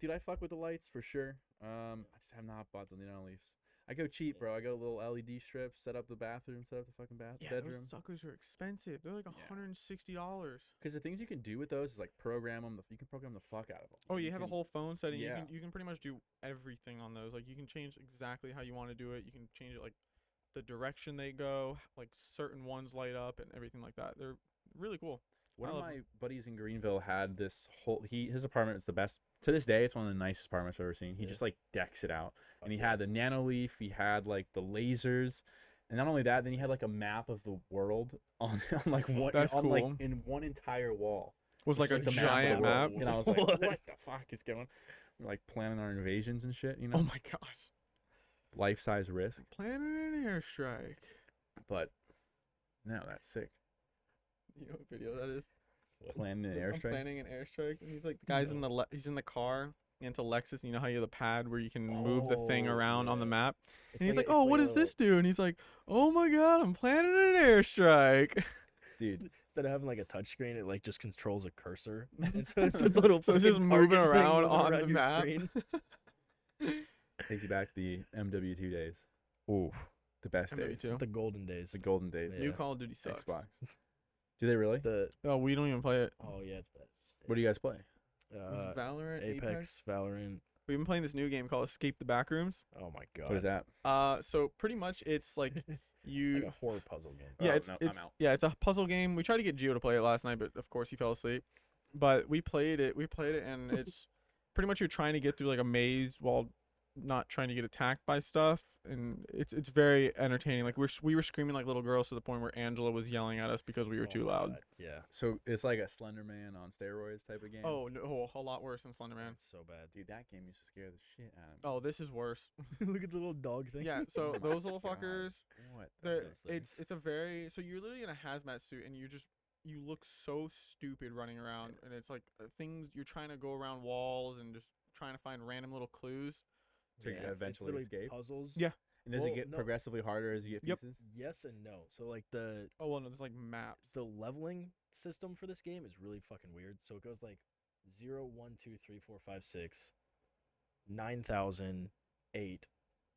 Speaker 1: dude, I fuck with the lights for sure. Um, I just have not bought the neon leaves. I go cheap, bro. I go little LED strips, set up the bathroom, set up the fucking bath
Speaker 2: Yeah,
Speaker 1: bedroom.
Speaker 2: those suckers are expensive. They're like
Speaker 1: Yeah.
Speaker 2: hundred and sixty dollars.
Speaker 1: Because the things you can do with those is like program them. The, you can program the fuck out of them.
Speaker 2: Oh, you have a whole phone setting.
Speaker 1: yeah.
Speaker 2: You can you can pretty much do everything on those. Like you can change exactly how you want to do it. You can change it like the direction they go, h- like certain ones light up and everything like that. They're really cool.
Speaker 1: One
Speaker 2: I
Speaker 1: of
Speaker 2: love
Speaker 1: my
Speaker 2: 'em.
Speaker 1: buddies in Greenville had this whole. He his apartment is the best to this day. It's one of the nicest apartments I've ever seen. He
Speaker 6: Yeah.
Speaker 1: just like decks it out,
Speaker 6: Fuck
Speaker 1: and he
Speaker 6: yeah.
Speaker 1: had the nano leaf. He had like the lasers. And not only that, then you had like a map of the world <laughs> on, on
Speaker 2: <laughs>
Speaker 1: like one
Speaker 2: That's
Speaker 1: on like
Speaker 2: cool.
Speaker 1: in one entire wall.
Speaker 2: was like
Speaker 1: Just,
Speaker 2: a
Speaker 1: the
Speaker 2: giant
Speaker 1: of
Speaker 2: map.
Speaker 1: the world. And I was like,
Speaker 3: What?
Speaker 1: what?
Speaker 2: <laughs>
Speaker 1: the fuck is going? We're, Like planning our invasions and shit, you know,
Speaker 2: Oh my gosh.
Speaker 1: life size risk.
Speaker 2: Planning an airstrike.
Speaker 1: But no, that's sick.
Speaker 2: You know what video that is?
Speaker 1: Planning an
Speaker 2: The- <laughs> I'm
Speaker 1: airstrike.
Speaker 2: planning an airstrike, and he's like, the guy's in the le- he's in the car into Lexus. And you know how you have the pad where you can move the thing
Speaker 3: Oh,
Speaker 2: around on the
Speaker 3: yeah.
Speaker 2: map,
Speaker 3: It's
Speaker 2: and he's like,
Speaker 3: a-
Speaker 2: "Oh,
Speaker 3: it's
Speaker 2: what
Speaker 3: a
Speaker 2: does
Speaker 3: little-
Speaker 2: this do?" And he's like, "Oh my god, I'm planning an airstrike."
Speaker 1: Dude,
Speaker 3: Instead of having like a touch screen, it like just controls
Speaker 6: <laughs>
Speaker 2: <laughs>
Speaker 3: a cursor. And so <laughs> it's just a little.
Speaker 2: So it's just
Speaker 3: fucking
Speaker 2: moving
Speaker 3: target thing
Speaker 2: around
Speaker 3: moving
Speaker 2: on
Speaker 3: around
Speaker 2: the
Speaker 3: your
Speaker 2: map. <laughs>
Speaker 3: screen.
Speaker 1: takes you back to the MW2 days. Ooh, the best
Speaker 2: Maybe
Speaker 1: days.
Speaker 2: too.
Speaker 3: The golden days.
Speaker 1: The golden days.
Speaker 3: Yeah.
Speaker 2: New
Speaker 1: of
Speaker 2: Call of Duty sucks.
Speaker 1: Xbox. Do they really?
Speaker 3: The
Speaker 2: Oh, we don't even play it.
Speaker 3: oh yeah, it's bad.
Speaker 1: What do you guys play?
Speaker 3: Uh,
Speaker 2: Valorant,
Speaker 3: Apex, Valorant.
Speaker 2: We've been playing this new game called Escape the Backrooms.
Speaker 3: Oh my god.
Speaker 1: What is that?
Speaker 2: Uh, so pretty much it's like
Speaker 6: <laughs>
Speaker 2: you.
Speaker 3: <laughs> It's like a horror puzzle game.
Speaker 2: Yeah,
Speaker 1: Oh,
Speaker 2: it's,
Speaker 1: no, I'm
Speaker 2: it's
Speaker 1: out.
Speaker 2: yeah, it's a puzzle game. We tried to get Geo to play it last night, but of course he fell asleep. But we played it. We played it, and it's pretty much you're trying to get through like a maze while not trying to get attacked by stuff, and it's it's very entertaining. Like we're s- we were screaming like little girls to the point where Angela was yelling at us because we were
Speaker 3: Oh
Speaker 2: too
Speaker 3: my
Speaker 2: loud.
Speaker 3: God, Yeah.
Speaker 1: So it's like a Slender Man on steroids type of game.
Speaker 2: Oh no, a lot worse than Slender Man.
Speaker 3: It's so bad.
Speaker 1: dude, that game used to scare the shit out of me.
Speaker 2: Oh, this is worse.
Speaker 3: <laughs> Look at the little dog thing. <laughs>
Speaker 2: Yeah, so
Speaker 1: my
Speaker 2: those little
Speaker 1: God.
Speaker 2: fuckers.
Speaker 3: Oh,
Speaker 1: What? the-
Speaker 2: They're,
Speaker 3: those
Speaker 2: it's
Speaker 3: things.
Speaker 2: it's a very so you're literally in a hazmat suit and you're just you look so stupid running around and it's like uh, things you're trying to go around walls and just trying to find random little clues.
Speaker 1: So you
Speaker 3: it's- it's
Speaker 1: eventually
Speaker 3: literally
Speaker 1: escape?
Speaker 3: Puzzles.
Speaker 2: Yeah.
Speaker 1: And does
Speaker 3: Well,
Speaker 1: it get
Speaker 3: no.
Speaker 1: progressively harder as you get
Speaker 2: Yep.
Speaker 1: pieces?
Speaker 3: Yes and no. So like the
Speaker 2: Oh well, no, there's like maps.
Speaker 3: the leveling system for this game is really fucking weird. So it goes like 0, 1, 2, 3, 4, 5, 6, 9,000, 8,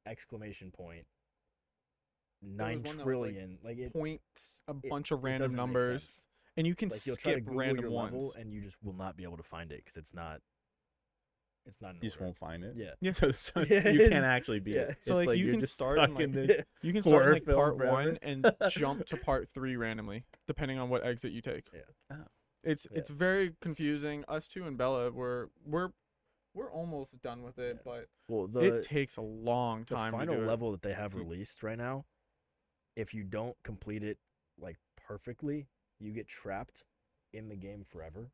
Speaker 3: exclamation point,
Speaker 2: was
Speaker 3: 9
Speaker 2: one that was, like,
Speaker 3: trillion. Like, it,
Speaker 2: points, a
Speaker 3: it-
Speaker 2: bunch of
Speaker 3: it doesn't
Speaker 2: random
Speaker 3: make
Speaker 2: numbers,
Speaker 3: sense.
Speaker 2: and you can
Speaker 3: Like you'll try to
Speaker 2: skip
Speaker 3: Google
Speaker 2: random
Speaker 3: your
Speaker 2: ones.
Speaker 3: level and you just will not be able to find it because it's not. It's not. in
Speaker 1: You just
Speaker 3: order.
Speaker 1: won't find it.
Speaker 3: Yeah.
Speaker 2: <laughs> Yeah.
Speaker 1: So,
Speaker 3: <laughs>
Speaker 1: so
Speaker 3: Yeah,
Speaker 1: <laughs> you
Speaker 3: it's-
Speaker 1: can't actually beat
Speaker 3: yeah.
Speaker 1: it.
Speaker 3: So,
Speaker 1: It's
Speaker 2: like, you
Speaker 1: you're
Speaker 2: can
Speaker 1: just
Speaker 2: start in,
Speaker 1: stuck
Speaker 2: like,
Speaker 1: this-
Speaker 3: Yeah.
Speaker 2: you can start in
Speaker 1: horror
Speaker 2: like
Speaker 1: film
Speaker 2: part
Speaker 1: forever.
Speaker 2: one and
Speaker 3: <laughs>
Speaker 2: jump to part three randomly, depending on what exit you take.
Speaker 3: Yeah.
Speaker 1: Oh.
Speaker 2: It's
Speaker 3: Yeah.
Speaker 2: it's very confusing. Us two and Bella were we're we're almost done with it,
Speaker 3: Yeah.
Speaker 2: but
Speaker 3: Well, the,
Speaker 2: it takes a long
Speaker 3: the
Speaker 2: time.
Speaker 3: final
Speaker 2: to do it.
Speaker 3: level that they have
Speaker 2: Mm.
Speaker 3: released right now, if you don't complete it like perfectly, you get trapped in the game forever.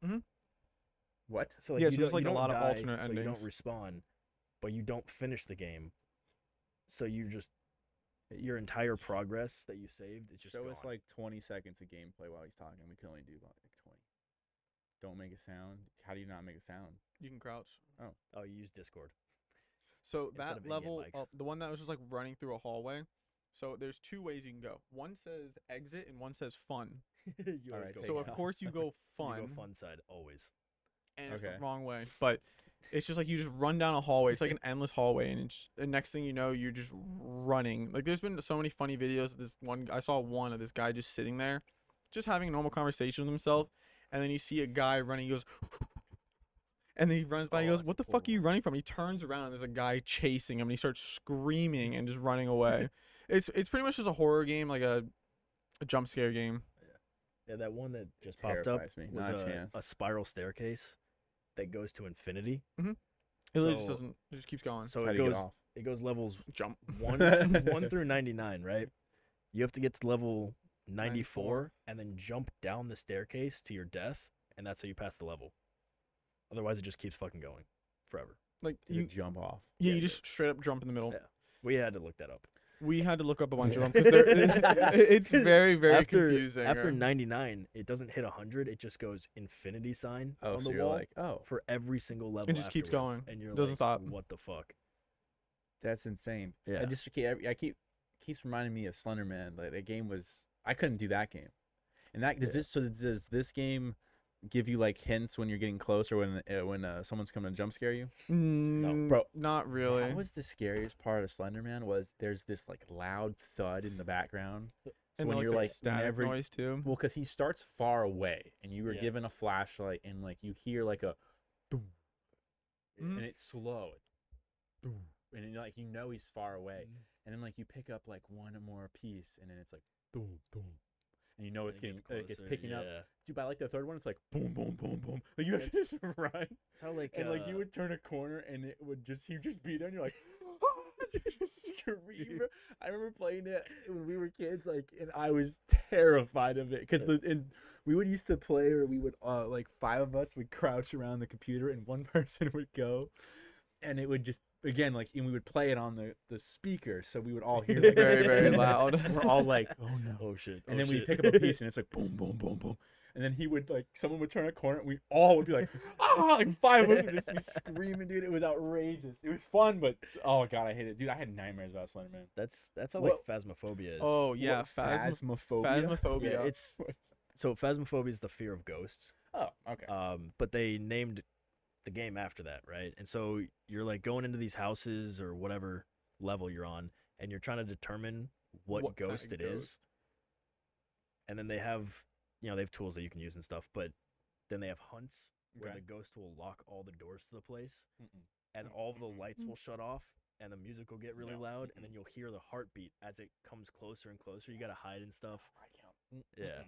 Speaker 1: What?
Speaker 3: So like,
Speaker 2: Yeah,
Speaker 3: you
Speaker 2: so there's,
Speaker 3: don't-
Speaker 2: like, a
Speaker 3: you don't
Speaker 2: lot of
Speaker 3: die,
Speaker 2: alternate
Speaker 3: so You don't
Speaker 2: endings.
Speaker 3: respawn, but you don't finish the game. So you just your entire progress that you saved is just
Speaker 1: Show
Speaker 3: gone.
Speaker 1: us like 20 seconds of gameplay while he's talking. We can only do like 20. Don't make a sound. How do you not make a sound?
Speaker 2: You can crouch.
Speaker 3: oh, you use Discord. <laughs>
Speaker 2: So
Speaker 3: Instead of
Speaker 2: that
Speaker 3: in-game
Speaker 2: level,
Speaker 3: mics.
Speaker 2: uh, the one that was just like running through a hallway. So there's two ways you can go. One says exit and one says fun.
Speaker 3: you
Speaker 1: All
Speaker 3: always
Speaker 1: right,
Speaker 3: go
Speaker 1: take
Speaker 2: So
Speaker 1: it
Speaker 2: of
Speaker 1: out.
Speaker 2: course you go fun,
Speaker 3: fun. <laughs> You go fun side always.
Speaker 2: and it's
Speaker 1: Okay.
Speaker 2: the wrong way. But it's just like you just run down a hallway. It's like an endless hallway, and it's, the next thing you know, you're just running. Like there's been so many funny videos. Of this one, I saw one of this guy just sitting there, just having a normal conversation with himself, and then you see a guy running. He goes. <laughs> And then he runs by. he
Speaker 3: Oh,
Speaker 2: goes,
Speaker 3: that's a
Speaker 2: "What the
Speaker 3: cool
Speaker 2: fuck are you
Speaker 3: one.
Speaker 2: running from?" He turns around and there's a guy chasing him, and he starts screaming and just running
Speaker 3: <laughs>
Speaker 2: away. it's it's pretty much just a horror game, like a, a jump scare game.
Speaker 3: Yeah, that one that just popped up
Speaker 1: terrifies me.
Speaker 3: was
Speaker 1: Not a
Speaker 3: a,
Speaker 1: chance.
Speaker 3: a spiral staircase that goes to infinity.
Speaker 2: It literally just
Speaker 3: So-
Speaker 2: doesn't. It just keeps going.
Speaker 3: So
Speaker 1: How
Speaker 3: it
Speaker 1: do you
Speaker 3: goes
Speaker 1: get off?
Speaker 3: it
Speaker 1: <laughs>
Speaker 3: goes levels
Speaker 2: Jump.
Speaker 3: one one through ninety nine, right? You have to get to level 94,
Speaker 2: 94.
Speaker 3: and then jump down the staircase to your death, and that's how you pass the level. Otherwise, it just keeps fucking going forever.
Speaker 2: Like
Speaker 1: You
Speaker 2: you,
Speaker 1: jump off.
Speaker 2: yeah,
Speaker 3: yeah,
Speaker 2: you
Speaker 3: the-
Speaker 2: just straight up jump in the middle.
Speaker 3: Yeah. We had to look that up.
Speaker 2: We had to look up a bunch
Speaker 3: <laughs>
Speaker 2: of them because it's very, very
Speaker 3: after
Speaker 2: confusing.
Speaker 3: after
Speaker 2: uh,
Speaker 3: ninety nine, it doesn't hit hundred; it just goes infinity sign
Speaker 1: Oh,
Speaker 3: on
Speaker 1: so
Speaker 3: the
Speaker 1: you're
Speaker 3: wall
Speaker 1: like, oh,
Speaker 3: for every single level.
Speaker 2: just keeps going.
Speaker 3: afterwards, and you're
Speaker 2: Doesn't
Speaker 3: like,
Speaker 2: stop.
Speaker 3: What the fuck?
Speaker 1: that's insane. I
Speaker 3: Yeah.
Speaker 1: just keep, I keep keeps reminding me of Slender Man. Like that game was, I couldn't do that game. And that does
Speaker 3: Yeah.
Speaker 1: this. So does this game give you like hints when you're getting close or when uh, when uh, someone's coming to jump scare you?
Speaker 2: mm,
Speaker 1: bro.
Speaker 2: not really.
Speaker 1: That was the scariest part of Slender Man was there's this like loud thud in the background. So
Speaker 2: And
Speaker 1: when
Speaker 2: like,
Speaker 1: you're
Speaker 2: the
Speaker 1: like
Speaker 2: static
Speaker 1: never
Speaker 2: noise too.
Speaker 1: well, because he starts far away and you were
Speaker 3: Yeah.
Speaker 1: given a flashlight and like you hear like a thump,
Speaker 2: Mhm.
Speaker 3: Mm.
Speaker 1: and it's slow. It's thump, and then, like you know he's far away.
Speaker 3: Mm.
Speaker 1: And then like you pick up like one more piece and then it's like boom boom. And you know it's
Speaker 3: And
Speaker 1: getting
Speaker 3: Oh, it
Speaker 1: uh, it's
Speaker 3: closer,
Speaker 1: picking up.
Speaker 3: yeah.
Speaker 1: Dude, by like the third one, it's like boom boom boom boom. Like you have to
Speaker 3: It's-
Speaker 1: <laughs> just run.
Speaker 3: It's how like
Speaker 1: And like you
Speaker 3: uh,
Speaker 2: <laughs>
Speaker 1: would turn a corner and it would just he would just be there and you're like <laughs> Scream. I remember playing it when we were kids, like, and I was terrified of it because the and we would used to play, or we would uh, like five of us would crouch around the computer, and one <laughs> person would go, and it would just again like, and we would play it on the the speaker, so we would all hear like,
Speaker 2: Very,
Speaker 3: <laughs>
Speaker 2: very loud.
Speaker 1: and <laughs> we're all like,
Speaker 3: Oh no. Oh shit.
Speaker 1: and then we pick up a
Speaker 3: <laughs>
Speaker 1: piece, and it's like boom, boom, boom, boom. And then he would like someone would turn a corner, and we all would be like, <laughs> ah, like five of us would just be
Speaker 3: <laughs>
Speaker 1: screaming, dude. It was outrageous. It was fun, but oh god, I hated it, dude. I had nightmares about Slenderman.
Speaker 3: That's that's how
Speaker 1: Well-
Speaker 3: like phasmophobia
Speaker 2: <laughs>
Speaker 3: is.
Speaker 2: Oh
Speaker 1: What,
Speaker 2: yeah, phasm-
Speaker 1: phasmophobia.
Speaker 2: phasmophobia.
Speaker 3: yeah.
Speaker 2: <laughs>
Speaker 3: It's so phasmophobia is the fear of ghosts.
Speaker 1: oh, okay.
Speaker 3: Um, but they named the game after that, right? And so you're like going into these houses or whatever level you're on, and you're trying to determine what,
Speaker 2: What kind
Speaker 3: ghost
Speaker 2: of
Speaker 3: it is.
Speaker 2: ghost?
Speaker 3: And then they have, you know, they have tools that you can use and stuff, but then they have hunts where
Speaker 1: Okay.
Speaker 3: the ghost will lock all the doors to the place,
Speaker 1: Mm-mm.
Speaker 3: and all the
Speaker 2: Mm-hmm.
Speaker 3: lights will shut off, and the music will get really
Speaker 1: No,
Speaker 3: loud, and then you'll hear the heartbeat as it comes closer and closer. You gotta hide and stuff.
Speaker 1: I can't.
Speaker 3: Yeah,
Speaker 1: Mm-mm.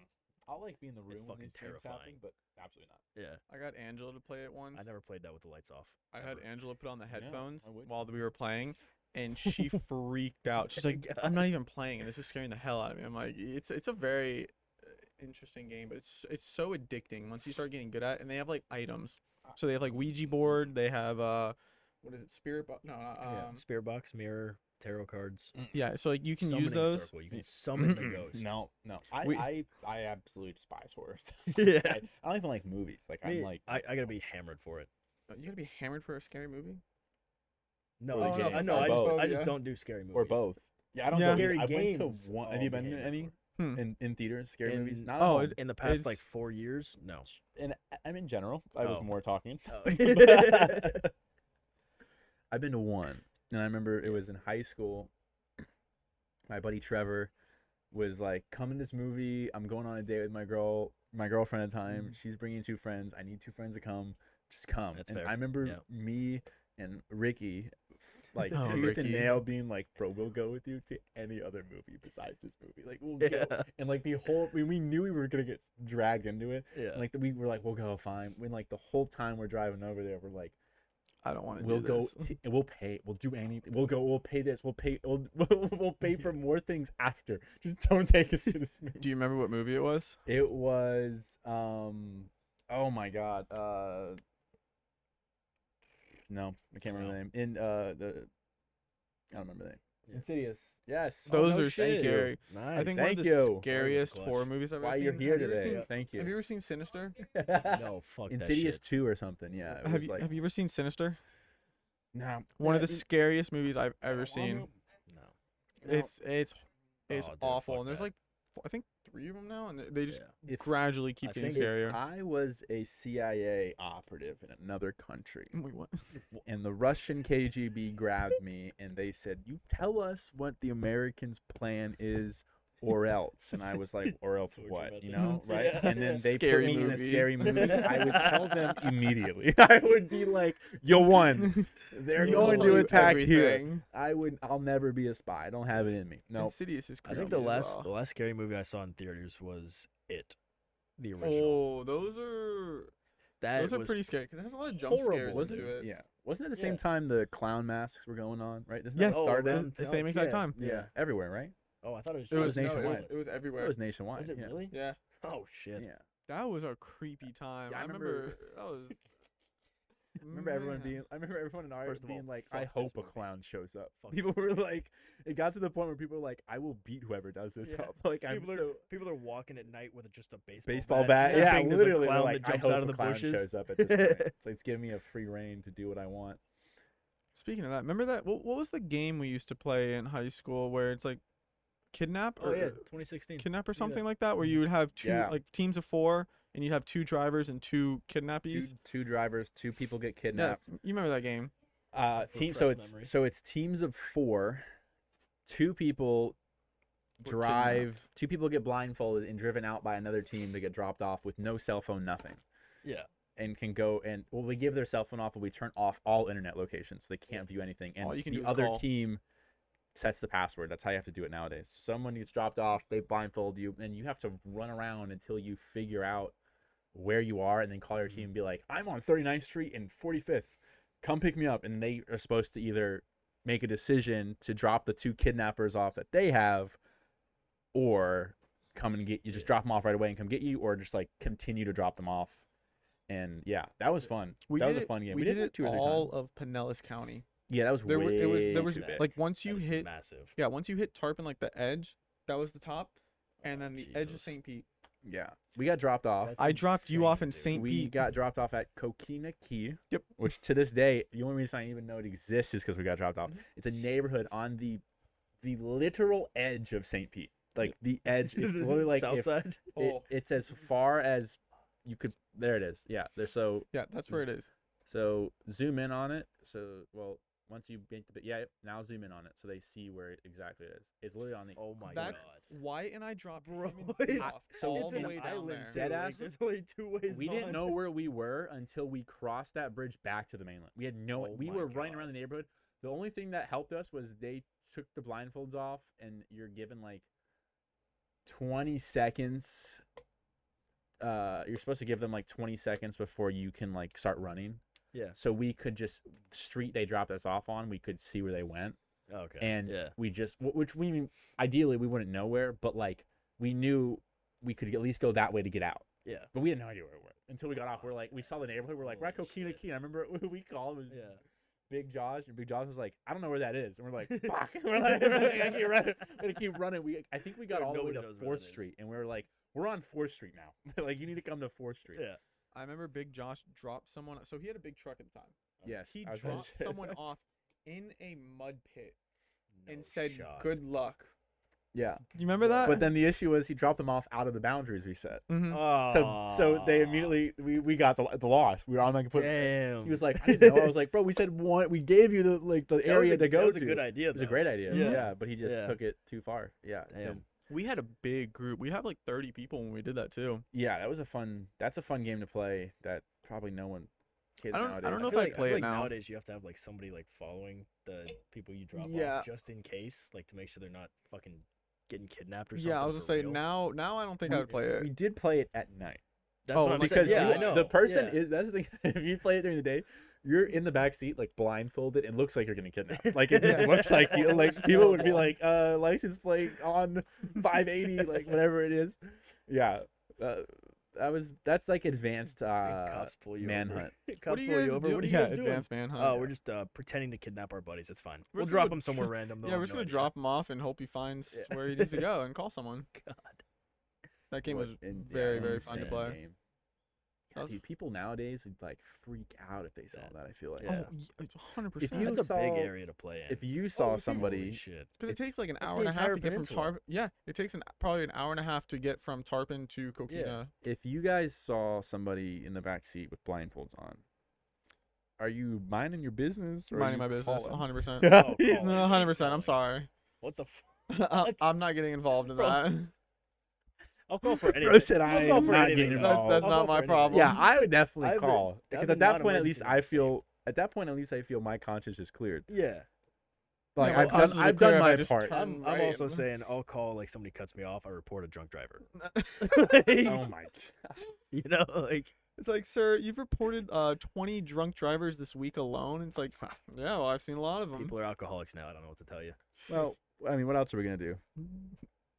Speaker 1: I'll like be in the room when
Speaker 3: fucking
Speaker 1: these things happen,
Speaker 3: terrifying.
Speaker 1: but absolutely not.
Speaker 3: yeah.
Speaker 2: I got Angela to play it once.
Speaker 3: I never played that with the lights off.
Speaker 2: I had
Speaker 3: ever.
Speaker 2: Angela put on the
Speaker 1: Yeah,
Speaker 2: headphones
Speaker 1: I would.
Speaker 2: while we were playing,
Speaker 3: <laughs>
Speaker 2: and she freaked out. She's <laughs> like, "I'm not even playing, and this is scaring the hell out of me." I'm like, "It's it's a very uh, interesting game, but it's it's so addicting once you start getting good at." it. And they have like items, so they have like Ouija board. They have uh, what is it? Spirit box? No, not,
Speaker 3: Yeah,
Speaker 2: um,
Speaker 3: spirit box, mirror, tarot cards.
Speaker 2: yeah. So like you can use
Speaker 3: summoning
Speaker 2: those. Mm.
Speaker 3: circle, You can summon
Speaker 2: <laughs>
Speaker 3: the ghost.
Speaker 1: No, no. I,
Speaker 2: We-
Speaker 1: I, I absolutely despise horror <laughs> stuff.
Speaker 3: <laughs> Yeah.
Speaker 1: I, I don't even like movies. Like
Speaker 3: Me-
Speaker 1: I'm like
Speaker 3: I, I gotta be hammered for it.
Speaker 2: You gotta be hammered for a scary movie.
Speaker 3: No,
Speaker 1: Or
Speaker 3: I
Speaker 1: the
Speaker 3: ju-
Speaker 1: game,
Speaker 3: I know.
Speaker 1: or
Speaker 3: I just,
Speaker 1: both.
Speaker 3: I just
Speaker 2: Yeah.
Speaker 3: don't do scary movies.
Speaker 1: or both. Yeah, I don't
Speaker 2: Yeah.
Speaker 1: go.
Speaker 3: Scary
Speaker 1: I went
Speaker 3: games.
Speaker 1: to one. Have
Speaker 3: Oh,
Speaker 1: you been
Speaker 3: man,
Speaker 1: to
Speaker 3: that's
Speaker 1: any
Speaker 3: horrible.
Speaker 2: Hmm.
Speaker 1: in in theaters? Scary movies?
Speaker 3: In-
Speaker 1: Not
Speaker 2: oh,
Speaker 1: all.
Speaker 2: it-
Speaker 3: In the past, like
Speaker 2: It's-
Speaker 3: four years, no. <laughs>
Speaker 1: and I'm in general. I was
Speaker 3: Oh.
Speaker 1: more talking.
Speaker 2: <laughs>
Speaker 3: Oh.
Speaker 1: I've been to one, and I remember it was in high school. <clears throat> My buddy Trevor was like, "Come in this movie. I'm going on a date with my girl, my girlfriend at the time. She's bringing two friends. I need two friends to come. Just come."
Speaker 3: That's
Speaker 1: and
Speaker 3: fair.
Speaker 1: I remember
Speaker 3: Yeah.
Speaker 1: me and Ricky, <laughs> like
Speaker 2: Oh,
Speaker 1: tooth and
Speaker 2: Ricky.
Speaker 1: nail, being like, "Bro, we'll go with you to any other movie besides this movie. Like, <laughs> we'll
Speaker 3: yeah.
Speaker 1: go." And like the whole, we, we knew we were gonna get dragged into it.
Speaker 3: yeah.
Speaker 2: <laughs>
Speaker 1: Like we were like, "We'll go, fine." When like the whole time we're driving over there, we're like
Speaker 2: I don't want to.
Speaker 1: we'll
Speaker 2: do
Speaker 1: go <laughs>
Speaker 2: this.
Speaker 1: t- and we'll pay we'll do anything we'll go we'll pay this we'll pay we'll, <laughs> we'll, we'll pay for more things after just don't take us to this movie
Speaker 2: Do you remember what movie it was?
Speaker 1: it was um oh my god uh no i can't remember the name in uh the i don't remember the name
Speaker 3: Yeah.
Speaker 1: insidious yes Oh,
Speaker 2: Those
Speaker 1: no
Speaker 2: are
Speaker 1: shit.
Speaker 2: scary.
Speaker 3: nice.
Speaker 2: I think
Speaker 1: Thank
Speaker 2: one of the
Speaker 1: you.
Speaker 2: scariest
Speaker 3: Clutch.
Speaker 2: horror movies I've
Speaker 1: why
Speaker 2: ever
Speaker 1: you're
Speaker 2: seen.
Speaker 1: here
Speaker 2: Have you ever
Speaker 1: today
Speaker 2: seen-
Speaker 1: thank you
Speaker 2: Have you ever seen Sinister?
Speaker 1: <laughs>
Speaker 3: no, fuck
Speaker 1: insidious
Speaker 3: that shit.
Speaker 1: 2 or something yeah it
Speaker 2: Have
Speaker 1: was
Speaker 2: you,
Speaker 1: like
Speaker 2: have you ever seen Sinister?
Speaker 1: no
Speaker 2: One of
Speaker 1: yeah,
Speaker 2: the scariest movies I've
Speaker 1: I
Speaker 2: ever seen.
Speaker 1: don't-
Speaker 3: No.
Speaker 1: no.
Speaker 2: It's it's it's
Speaker 3: Oh, dude,
Speaker 2: awful,
Speaker 3: fuck
Speaker 2: and there's
Speaker 3: that.
Speaker 2: like four, I think three of them now, and they- they just
Speaker 3: Yeah.
Speaker 1: If-
Speaker 2: gradually keep
Speaker 3: I
Speaker 2: getting
Speaker 3: think if
Speaker 2: scarier.
Speaker 1: I was a CIA operative in another country.
Speaker 2: <laughs> Wait, what?
Speaker 1: and the Russian KGB grabbed me and they said, "You tell us what the Americans' plan is, or else." And I was
Speaker 2: <laughs>
Speaker 1: like, "Or else
Speaker 3: Torture
Speaker 1: what?" You
Speaker 3: method. <laughs>
Speaker 1: know, right?
Speaker 3: Yeah.
Speaker 1: And then they
Speaker 2: Scary
Speaker 1: put me
Speaker 2: movies.
Speaker 1: in a scary movie. I would tell
Speaker 2: <laughs>
Speaker 1: them immediately. <laughs> I would be like, "You won. They're
Speaker 2: They'll
Speaker 1: going
Speaker 2: tell
Speaker 1: to
Speaker 2: you
Speaker 1: attack here."
Speaker 2: everything.
Speaker 1: I would. I'll never be a spy. I don't have it in me. No.
Speaker 2: Insidious is
Speaker 3: I
Speaker 2: creepy.
Speaker 3: think the
Speaker 2: as
Speaker 3: last the
Speaker 2: well.
Speaker 3: last scary movie I saw in theaters was It, the original.
Speaker 2: Oh, those are
Speaker 3: that
Speaker 2: those are
Speaker 3: was
Speaker 2: pretty scary because it has a lot of jump scares
Speaker 1: Wasn't
Speaker 2: into it.
Speaker 1: Yeah. Wasn't it the same
Speaker 3: Yeah.
Speaker 1: time the clown masks were going on? Right? Doesn't
Speaker 2: Yes,
Speaker 1: that start
Speaker 2: it Oh, was
Speaker 3: around
Speaker 2: the same
Speaker 3: Palace?
Speaker 2: exact
Speaker 3: Yeah.
Speaker 2: time.
Speaker 1: Yeah. Everywhere, right?
Speaker 3: Oh, I thought it was.
Speaker 2: It
Speaker 3: just
Speaker 2: was, no, it was
Speaker 1: nationwide.
Speaker 2: it was
Speaker 1: I thought
Speaker 2: everywhere.
Speaker 1: It was nationwide.
Speaker 3: Was it
Speaker 1: yeah.
Speaker 3: really?
Speaker 2: yeah,
Speaker 3: Oh shit.
Speaker 1: Yeah.
Speaker 2: that was a creepy time.
Speaker 1: I
Speaker 2: I, remember,
Speaker 1: remember- <laughs>
Speaker 2: that was.
Speaker 1: I remember everyone
Speaker 2: Man.
Speaker 1: being. I remember everyone in our
Speaker 3: Mm, First of
Speaker 1: being
Speaker 3: all,
Speaker 1: like, "I
Speaker 3: fuck this
Speaker 1: hope a
Speaker 3: movie.
Speaker 1: clown shows up."
Speaker 3: Fuck
Speaker 1: people
Speaker 3: this
Speaker 1: were like, it got to the point where people were like, "I will beat whoever does this
Speaker 3: Yeah.
Speaker 1: up." <laughs> Like I'm
Speaker 3: people are
Speaker 1: so
Speaker 3: people are walking at night with just a baseball
Speaker 1: baseball bat.
Speaker 3: <laughs>
Speaker 1: Yeah,
Speaker 3: hoping there's a
Speaker 1: literally. they're
Speaker 3: clown
Speaker 1: Like,
Speaker 3: that jumps
Speaker 1: I hope
Speaker 3: out of
Speaker 1: a
Speaker 3: the
Speaker 1: clown
Speaker 3: bushes.
Speaker 1: shows up at this point.
Speaker 3: <laughs>
Speaker 1: It's like it's giving me a free reign to do what I want.
Speaker 2: Speaking of that, remember that what, what was the game we used to play in high school where it's like kidnap
Speaker 3: Oh
Speaker 2: or
Speaker 3: yeah, 2016.
Speaker 2: kidnap or
Speaker 3: yeah.
Speaker 2: something like that, where you would have two
Speaker 1: Yeah.
Speaker 2: like teams of four and you'd have two drivers and two
Speaker 1: Two,
Speaker 2: kidnappees.
Speaker 1: two drivers, two people get
Speaker 2: Yes,
Speaker 1: kidnapped.
Speaker 2: you remember that game?
Speaker 1: Uh,
Speaker 3: For
Speaker 1: team. So
Speaker 3: press
Speaker 1: it's
Speaker 3: memory.
Speaker 1: so it's teams of four. Two people
Speaker 2: Were
Speaker 1: drive.
Speaker 2: kidnapped.
Speaker 1: Two people get blindfolded and driven out by another team to get dropped off with no cell phone, nothing.
Speaker 3: Yeah.
Speaker 1: and can go and well, we give their cell phone off, but we turn off all internet locations, so they can't view anything. And
Speaker 2: All you can
Speaker 1: the
Speaker 2: do is
Speaker 1: other
Speaker 2: call.
Speaker 1: team sets the password. That's how you have to do it nowadays. Someone gets dropped off, they blindfold you, and you have to run around until you figure out where you are, and then call your
Speaker 2: Mm-hmm.
Speaker 1: team and be like, "I'm on 39th Street and 45th. Come pick me up." And they are supposed to either make a decision to drop the two kidnappers off that they have, or come and get you, just drop them off right away and come get you, or just like continue to drop them off. And yeah, that was fun.
Speaker 2: We
Speaker 1: that
Speaker 2: did
Speaker 1: was a
Speaker 2: it-
Speaker 1: fun game.
Speaker 2: We, did,
Speaker 1: that
Speaker 2: it
Speaker 1: two or three
Speaker 2: all
Speaker 1: times.
Speaker 2: of Pinellas County.
Speaker 1: Yeah, that was
Speaker 2: There was
Speaker 1: way
Speaker 2: it was there
Speaker 1: too
Speaker 2: was
Speaker 1: bad.
Speaker 2: like once
Speaker 3: That
Speaker 2: you
Speaker 3: is
Speaker 2: hit
Speaker 3: massive.
Speaker 2: yeah once you hit Tarpon like the edge that was the top, and
Speaker 3: Oh,
Speaker 2: then the edge of
Speaker 3: Jesus. <laughs>
Speaker 2: St. Pete.
Speaker 1: yeah, we got dropped off.
Speaker 3: That's
Speaker 2: I dropped you off
Speaker 3: insane,
Speaker 2: in St.
Speaker 3: dude.
Speaker 1: we
Speaker 2: Pete.
Speaker 1: got dropped off at Coquina Key.
Speaker 2: Yep.
Speaker 1: Which to this day, the only reason I even know it exists is because we got dropped off.
Speaker 3: Mm-hmm.
Speaker 1: It's a neighborhood on the the literal edge of St. Pete. Like the edge.
Speaker 3: <laughs>
Speaker 1: It's literally like if it,
Speaker 3: Southside.
Speaker 2: Oh.
Speaker 1: it's as far as you could there it is. Yeah. There's so
Speaker 2: yeah, that's where it is.
Speaker 1: so zoom in on it. So well once you make the bit yeah, now zoom in on it so they see where it exactly is. It's literally on the
Speaker 3: Oh my
Speaker 2: That's-
Speaker 3: god.
Speaker 2: Why and I dropped
Speaker 3: Bro,
Speaker 2: him and Steve
Speaker 1: I-
Speaker 2: off
Speaker 1: so
Speaker 2: all
Speaker 1: it's
Speaker 2: the
Speaker 1: an
Speaker 2: way down
Speaker 1: island
Speaker 2: there.
Speaker 1: too. Dead ass.
Speaker 3: There's only two ways.
Speaker 1: we didn't
Speaker 3: on. <laughs>
Speaker 1: know where we were until we crossed that bridge back to the mainland. We had no.
Speaker 3: Oh
Speaker 1: we
Speaker 3: my
Speaker 1: were running around
Speaker 3: God.
Speaker 1: the neighborhood. The only thing that helped us was they took the blindfolds off, and you're given like twenty seconds. Uh, you're supposed to give them like twenty seconds before you can like start running.
Speaker 3: Yeah.
Speaker 1: So we could just the street they dropped us off on. We could see where they went,
Speaker 3: Okay.
Speaker 1: and
Speaker 3: yeah.
Speaker 1: we just wh- which we mean ideally we wouldn't know where, but like we knew we could at least go that way to get out.
Speaker 3: Yeah.
Speaker 1: But we had no idea where we were until we got off. We're like, we saw the neighborhood. We're like, we're at
Speaker 3: Holy
Speaker 1: Coquina
Speaker 3: shit.
Speaker 1: Key. And I remember <laughs> we called was
Speaker 3: Yeah.
Speaker 1: Big Josh, and Big Josh was like, I don't know where that is. And we're like,
Speaker 3: <laughs>
Speaker 1: fuck. <laughs> We're like, we're like, I keep running. We're gonna keep running. We, I think we got
Speaker 3: Dude,
Speaker 1: all the way
Speaker 3: nobody
Speaker 1: to
Speaker 3: knows where
Speaker 1: Fourth
Speaker 3: that is.
Speaker 1: Street, and we were like, we're on Fourth Street now. <laughs> They're like, you need to come to Fourth Street.
Speaker 3: Yeah.
Speaker 2: I remember Big Josh dropped someone. So he had a big truck at the time.
Speaker 1: Yes.
Speaker 2: He
Speaker 1: I was gonna
Speaker 2: dropped
Speaker 1: say
Speaker 2: someone
Speaker 1: that.
Speaker 2: off in a mud pit
Speaker 3: No
Speaker 2: and said,
Speaker 3: shot.
Speaker 2: "Good luck."
Speaker 1: Yeah.
Speaker 2: You remember that?
Speaker 1: But then the issue was he dropped them off out of the boundaries we set.
Speaker 2: Mhm.
Speaker 3: oh,
Speaker 1: So so they
Speaker 3: Aw,
Speaker 1: immediately we, we got the the loss. We were on like
Speaker 3: Damn.
Speaker 1: he was like, I didn't know. I was like, bro, we said one. We gave you the like the
Speaker 3: <laughs> That was
Speaker 1: area
Speaker 3: a-
Speaker 1: to go
Speaker 3: That was
Speaker 1: to.
Speaker 3: a good idea.
Speaker 1: It was a
Speaker 3: though.
Speaker 1: great idea. Yeah,
Speaker 3: Yeah.
Speaker 1: but he just
Speaker 3: Yeah.
Speaker 1: took it too far. Yeah.
Speaker 3: Damn.
Speaker 1: Tim.
Speaker 2: we had a big group. We had like 30 people when we did that too.
Speaker 1: Yeah, that was a fun. That's a fun game to play. That probably no one. Kids
Speaker 2: I don't- I
Speaker 1: Nowadays.
Speaker 2: don't know if
Speaker 3: feel
Speaker 2: I
Speaker 3: like,
Speaker 2: play
Speaker 3: feel
Speaker 2: it
Speaker 3: like
Speaker 2: now.
Speaker 3: Nowadays, you have to have like somebody like following the people you drop
Speaker 2: Yeah.
Speaker 3: off just in case, like to make sure they're not fucking getting kidnapped or something.
Speaker 2: Yeah, I was
Speaker 3: for
Speaker 2: gonna say
Speaker 3: real.
Speaker 2: now. Now I don't think I'd play
Speaker 1: We
Speaker 2: it.
Speaker 1: did play it at night
Speaker 3: That's
Speaker 2: Oh,
Speaker 3: what I'm saying.
Speaker 1: because
Speaker 3: yeah,
Speaker 1: you-
Speaker 3: I know.
Speaker 1: the person
Speaker 3: yeah.
Speaker 1: is. That's the thing. <laughs> if you play it during the day, you're in the back seat, like blindfolded. It looks like you're getting
Speaker 2: <laughs>
Speaker 1: kidnapped. Like it just
Speaker 3: Yeah.
Speaker 1: looks like you. Like people would be
Speaker 3: Horrible.
Speaker 1: like, uh, license plate on <laughs> 580, like whatever it is. Yeah, uh, that was. That's like advanced.
Speaker 3: And
Speaker 1: Uh,
Speaker 3: cops pull you
Speaker 1: manhunt.
Speaker 3: Over. <laughs> cops
Speaker 2: What do you
Speaker 3: pull
Speaker 2: guys
Speaker 3: you over.
Speaker 2: do?
Speaker 3: What are you
Speaker 2: yeah,
Speaker 3: guys doing?
Speaker 2: advanced manhunt.
Speaker 3: Oh, we're just uh, pretending to kidnap our buddies. It's fine.
Speaker 2: We're
Speaker 3: We'll
Speaker 2: just
Speaker 3: drop
Speaker 2: gonna <laughs>
Speaker 3: them somewhere
Speaker 2: dr-
Speaker 3: random.
Speaker 2: yeah, we're just gonna drop him off and hope he finds
Speaker 3: Yeah.
Speaker 2: where he needs to
Speaker 3: <laughs>
Speaker 2: go and call someone.
Speaker 3: God.
Speaker 2: That game
Speaker 1: what
Speaker 2: was
Speaker 1: an
Speaker 2: very, very fun to
Speaker 1: insane
Speaker 2: play.
Speaker 1: game.
Speaker 2: That was-
Speaker 1: Dude, people nowadays would like freak out if they saw
Speaker 3: Yeah.
Speaker 1: that. I feel like
Speaker 3: Yeah.
Speaker 2: Oh, y- it's 100.
Speaker 1: If
Speaker 2: percent
Speaker 1: you
Speaker 3: That's a big
Speaker 1: saw-
Speaker 3: area to play in.
Speaker 1: if you saw
Speaker 2: people-
Speaker 1: somebody,
Speaker 3: Holy shit.
Speaker 2: Because it,
Speaker 1: It-
Speaker 2: takes like an
Speaker 3: that's the
Speaker 2: hour and a half
Speaker 3: entire
Speaker 2: to get from
Speaker 3: peninsula.
Speaker 2: Tarpon. Yeah, it takes an probably an hour and a half to get from Tarpon to Coquina.
Speaker 1: if you guys saw somebody in the back seat with blindfolds on, are you minding your business? Or are
Speaker 2: Minding
Speaker 1: you
Speaker 2: my business,
Speaker 1: calling?
Speaker 2: 100. percent
Speaker 3: <laughs>
Speaker 2: <laughs>
Speaker 3: Oh,
Speaker 1: He's
Speaker 3: calling,
Speaker 2: No, 100. percent I'm
Speaker 3: calling.
Speaker 2: sorry. <laughs>
Speaker 3: What the fuck?
Speaker 2: I- I'm not getting involved in
Speaker 3: Bro,
Speaker 2: that. <laughs>
Speaker 3: I'll call for anything.
Speaker 1: Bro said I
Speaker 3: I'll call
Speaker 1: am
Speaker 3: for
Speaker 1: not
Speaker 3: anything,
Speaker 1: getting
Speaker 3: bro.
Speaker 1: involved.
Speaker 2: That's- that's
Speaker 3: I'll
Speaker 2: not my
Speaker 3: call for anything.
Speaker 2: problem.
Speaker 1: Yeah, I would definitely
Speaker 3: I've been-
Speaker 1: call
Speaker 3: that
Speaker 1: because
Speaker 3: was
Speaker 1: at
Speaker 3: a
Speaker 1: that point, at
Speaker 3: non-emergency
Speaker 1: least,
Speaker 3: that
Speaker 1: I
Speaker 3: was safe.
Speaker 1: feel at that point, at least, I feel my conscience is cleared.
Speaker 3: Yeah.
Speaker 1: Like
Speaker 2: well,
Speaker 1: I've
Speaker 2: conscience
Speaker 1: done,
Speaker 2: is
Speaker 1: I've
Speaker 2: clear
Speaker 1: done
Speaker 2: if I
Speaker 1: my <laughs>
Speaker 2: just <laughs>
Speaker 1: part.
Speaker 2: turn-
Speaker 3: I'm,
Speaker 2: right
Speaker 3: I'm also
Speaker 2: and-
Speaker 3: saying I'll call like somebody cuts me off. I report a drunk
Speaker 2: <laughs>
Speaker 3: driver. <laughs>
Speaker 2: Um,
Speaker 1: Oh my god!
Speaker 3: You know, like
Speaker 2: It's like, sir, you've reported uh 20 drunk drivers this week alone. It's
Speaker 3: <laughs>
Speaker 2: like, yeah, well, I've seen a lot of them.
Speaker 3: people are alcoholics now. I don't know what to tell you.
Speaker 1: Well, I mean, what else are we gonna do?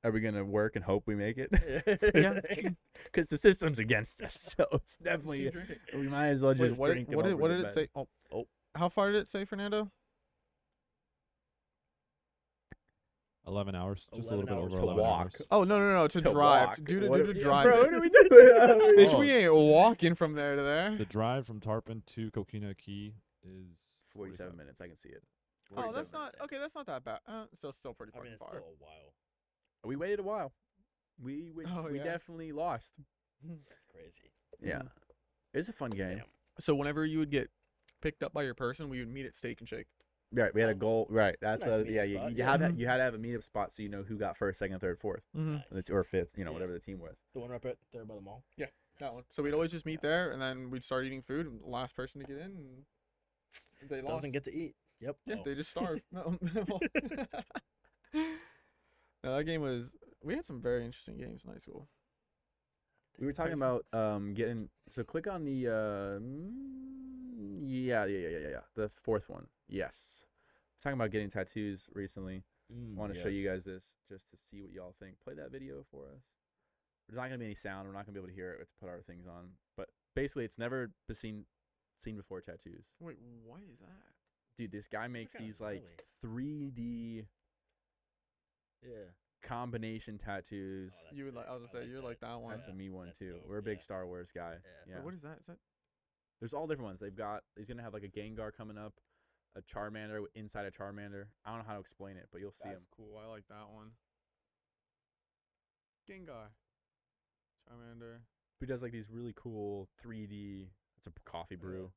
Speaker 1: Are we gonna work and hope we make it?
Speaker 2: <laughs> Yeah.
Speaker 3: <laughs>
Speaker 1: <laughs> Because the system's against us, so it's definitely
Speaker 3: uh,
Speaker 1: We might as well just
Speaker 2: Wait, what,
Speaker 1: drink
Speaker 2: did, what, did,
Speaker 1: over
Speaker 2: what
Speaker 1: the
Speaker 2: did
Speaker 1: bed.
Speaker 2: it say? Oh,
Speaker 3: Oh.
Speaker 2: How far did it say, Fernando?
Speaker 5: 11 hours. Just a
Speaker 3: 11
Speaker 5: little bit
Speaker 3: hours
Speaker 5: over
Speaker 3: to
Speaker 5: 11
Speaker 1: walk.
Speaker 2: <laughs>
Speaker 5: hours.
Speaker 2: Oh, no, no,
Speaker 1: <laughs>
Speaker 2: no, to, drive.
Speaker 1: walk.
Speaker 2: To do to,
Speaker 1: What
Speaker 2: do
Speaker 1: are-
Speaker 2: to
Speaker 1: yeah,
Speaker 2: drive.
Speaker 1: bro,
Speaker 2: it.
Speaker 1: what are we doing?
Speaker 2: Bitch,
Speaker 5: Oh.
Speaker 2: we ain't walking from there to
Speaker 5: The
Speaker 2: there.
Speaker 5: drive from Tarpon to Coquina Key is
Speaker 1: 47 minutes. I can see it.
Speaker 2: Oh,
Speaker 1: 47
Speaker 2: that's not
Speaker 1: minutes.
Speaker 2: okay. That's not that bad. Uh, still, still pretty
Speaker 3: I
Speaker 2: fucking
Speaker 3: mean, it's still
Speaker 2: far.
Speaker 3: a while.
Speaker 1: We waited a while. We we,
Speaker 2: Oh,
Speaker 1: we
Speaker 2: yeah.
Speaker 1: definitely lost.
Speaker 3: It's crazy.
Speaker 1: Yeah. It's a fun game.
Speaker 3: Damn.
Speaker 2: So whenever you would get picked up by your person, we would meet at Steak and Shake.
Speaker 1: Right, we had a goal. Right, that's
Speaker 3: nice
Speaker 1: a,
Speaker 3: meetup
Speaker 1: yeah. You,
Speaker 3: spot,
Speaker 1: you
Speaker 3: yeah.
Speaker 1: have you had to have a meetup spot so you know who got first, second, third, fourth,
Speaker 2: Mm-hmm.
Speaker 1: or the
Speaker 3: Nice.
Speaker 1: t- or fifth. You know,
Speaker 3: Yeah.
Speaker 1: whatever the team was.
Speaker 3: The one right there by the mall.
Speaker 2: Yeah, That
Speaker 3: Nice.
Speaker 2: one. So we'd always just meet there, and then we'd start eating food, and the last person to get in, and they lost.
Speaker 3: Doesn't get to eat. Yep.
Speaker 2: Yeah,
Speaker 3: Oh.
Speaker 2: they just starve. no, <laughs> No, that game was. We had some very interesting games in high school.
Speaker 1: We were talking
Speaker 2: Tyson.
Speaker 1: about um getting so click on the uh mm, yeah yeah yeah yeah yeah the fourth one yes talking about getting tattoos recently.
Speaker 3: Mm,
Speaker 1: want to show you
Speaker 3: yes.
Speaker 1: guys this just to see what y'all think. Play that video for us. There's not gonna be any sound. We're not gonna be able to hear it. We have to put our things on. But basically, it's never be seen seen before tattoos.
Speaker 2: Wait, what is that?
Speaker 1: Dude, this guy makes
Speaker 3: kinda
Speaker 1: these like
Speaker 3: gnarly.
Speaker 1: 3D
Speaker 3: Yeah.
Speaker 1: combination tattoos.
Speaker 3: Oh,
Speaker 2: you
Speaker 3: That's
Speaker 2: would like? I was
Speaker 3: sick.
Speaker 2: gonna say
Speaker 3: I like
Speaker 2: you're
Speaker 3: Oh, that.
Speaker 2: like that one.
Speaker 1: that's a
Speaker 3: yeah,
Speaker 1: me one
Speaker 3: that's
Speaker 1: too.
Speaker 3: dope,
Speaker 1: We're big
Speaker 3: yeah.
Speaker 1: Star Wars guys.
Speaker 3: Yeah.
Speaker 1: Yeah.
Speaker 2: Wait, what is that? Is that
Speaker 1: There's all different ones. They've got. He's gonna have like a Gengar coming up, a Charmander w- inside a Charmander. I don't know how to explain it, but you'll see
Speaker 2: that's
Speaker 1: him.
Speaker 2: cool? I like that one. Gengar, Charmander.
Speaker 1: Who does like these really cool 3D? It's a p- coffee brew.